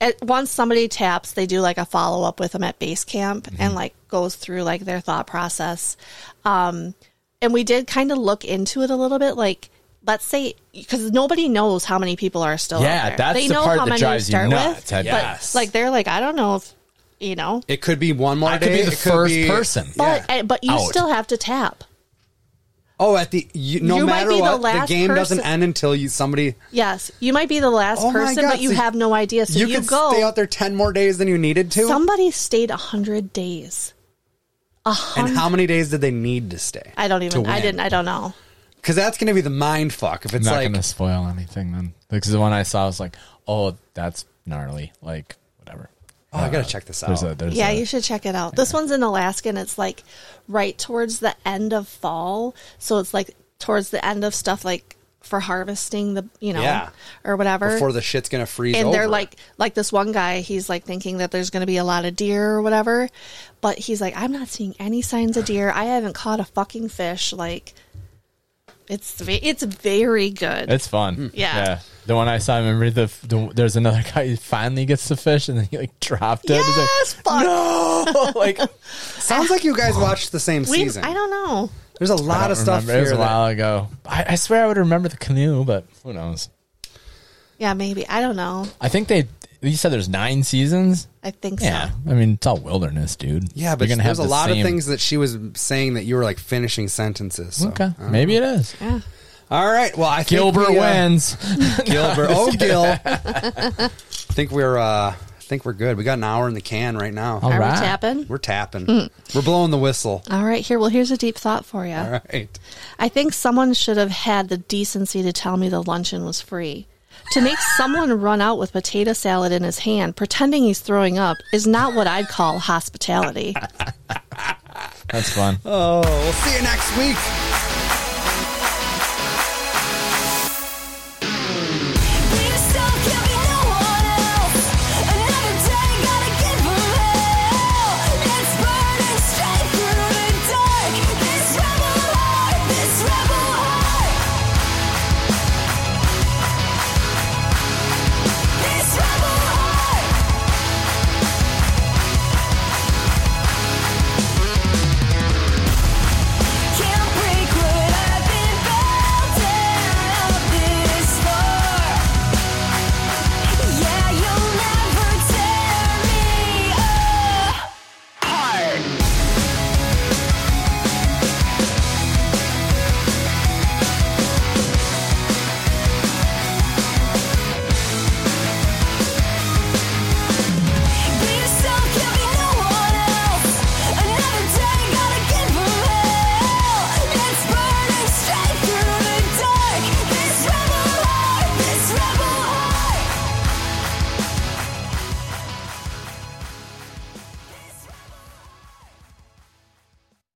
Speaker 3: at, once somebody taps, they do like a follow up with them at base camp
Speaker 2: Mm-hmm.
Speaker 3: and like goes through like their thought process. Um, and we did kind of look into it a little bit. Like, let's say because nobody knows how many people are still. out
Speaker 2: Yeah,
Speaker 3: there.
Speaker 2: that's
Speaker 3: they
Speaker 2: the
Speaker 3: know
Speaker 2: part
Speaker 3: how
Speaker 2: that
Speaker 3: many
Speaker 2: drives
Speaker 3: to
Speaker 2: you
Speaker 3: start
Speaker 2: nuts.
Speaker 3: With,
Speaker 2: Yes.
Speaker 3: But like, they're like, I don't know if you know.
Speaker 1: It could be one more
Speaker 2: I
Speaker 1: day.
Speaker 2: could be the
Speaker 1: it
Speaker 2: first
Speaker 1: be-
Speaker 2: person.
Speaker 1: Yeah.
Speaker 3: But eh, but you
Speaker 2: Out.
Speaker 3: still have to tap.
Speaker 1: Oh, at the you, no
Speaker 3: You might
Speaker 1: matter
Speaker 3: be the
Speaker 1: what, the,
Speaker 3: last
Speaker 1: game doesn't
Speaker 3: person-
Speaker 1: end until you somebody.
Speaker 3: Yes, you might be the last
Speaker 1: Oh my
Speaker 3: person,
Speaker 1: God,
Speaker 3: but you
Speaker 1: so
Speaker 3: have no idea. So
Speaker 1: you
Speaker 3: you,
Speaker 1: could
Speaker 3: go
Speaker 1: stay out there ten more days than you needed to.
Speaker 3: Somebody stayed a hundred days. A
Speaker 1: and
Speaker 3: hundred.
Speaker 1: how many days did they need to stay?
Speaker 3: I don't even.
Speaker 1: to
Speaker 3: I
Speaker 1: win?
Speaker 3: didn't. I don't know.
Speaker 1: Because that's going to be the mind fuck if
Speaker 2: I'm
Speaker 1: it's
Speaker 2: not
Speaker 1: like
Speaker 2: gonna spoil anything then, because the one I saw was like, oh, that's gnarly. Like whatever. Uh,
Speaker 1: Oh, I gotta check this
Speaker 2: There's
Speaker 1: out.
Speaker 2: a there's
Speaker 3: yeah,
Speaker 2: a,
Speaker 3: you should check it out. This one's in Alaska, and it's like right towards the end of fall, so it's like towards the end of stuff like for harvesting the you know
Speaker 1: Yeah.
Speaker 3: or whatever.
Speaker 1: before the shit's gonna freeze.
Speaker 3: and they're
Speaker 1: over.
Speaker 3: like like this one guy he's like thinking that there's going to be a lot of deer or whatever but he's like i'm not seeing any signs of deer i haven't caught a fucking fish like it's ve- it's very good
Speaker 2: It's fun.
Speaker 3: Mm. Yeah.
Speaker 2: The one I saw, I remember the, the there's another guy who finally gets the fish and then he like dropped it. He's like,
Speaker 3: Yes, fuck.
Speaker 2: no, like
Speaker 1: sounds like you guys watched the same
Speaker 3: we,
Speaker 1: season.
Speaker 3: i don't know
Speaker 1: There's a lot
Speaker 2: I
Speaker 1: of stuff
Speaker 2: remember. It was
Speaker 1: here.
Speaker 2: a
Speaker 1: that-
Speaker 2: while ago. I, I swear I would remember the canoe, but who knows?
Speaker 3: yeah maybe i don't know
Speaker 2: I think they. You said there's nine seasons.
Speaker 3: i think
Speaker 2: Yeah,
Speaker 3: so
Speaker 2: I mean it's all wilderness, dude.
Speaker 1: yeah, but there's a lot of things that she was saying that you were like finishing sentences. so.
Speaker 2: Okay, maybe it is.
Speaker 3: yeah
Speaker 1: All right. Well, I
Speaker 2: Gilbert
Speaker 1: think we, uh,
Speaker 2: wins.
Speaker 1: Gilbert. oh, Gil. I think we're. uh I think we're good. We got an hour in the can right now.
Speaker 2: All
Speaker 3: are
Speaker 2: right.
Speaker 3: we tapping
Speaker 1: We're tapping.
Speaker 3: Hmm.
Speaker 1: We're blowing the whistle.
Speaker 3: all right here well here's a deep thought for you
Speaker 1: All right.
Speaker 3: I think someone should have had the decency to tell me the luncheon was free. To make someone run out with potato salad in his hand, pretending he's throwing up, is not what I'd call hospitality.
Speaker 2: That's fun.
Speaker 1: Oh, we'll see you next week.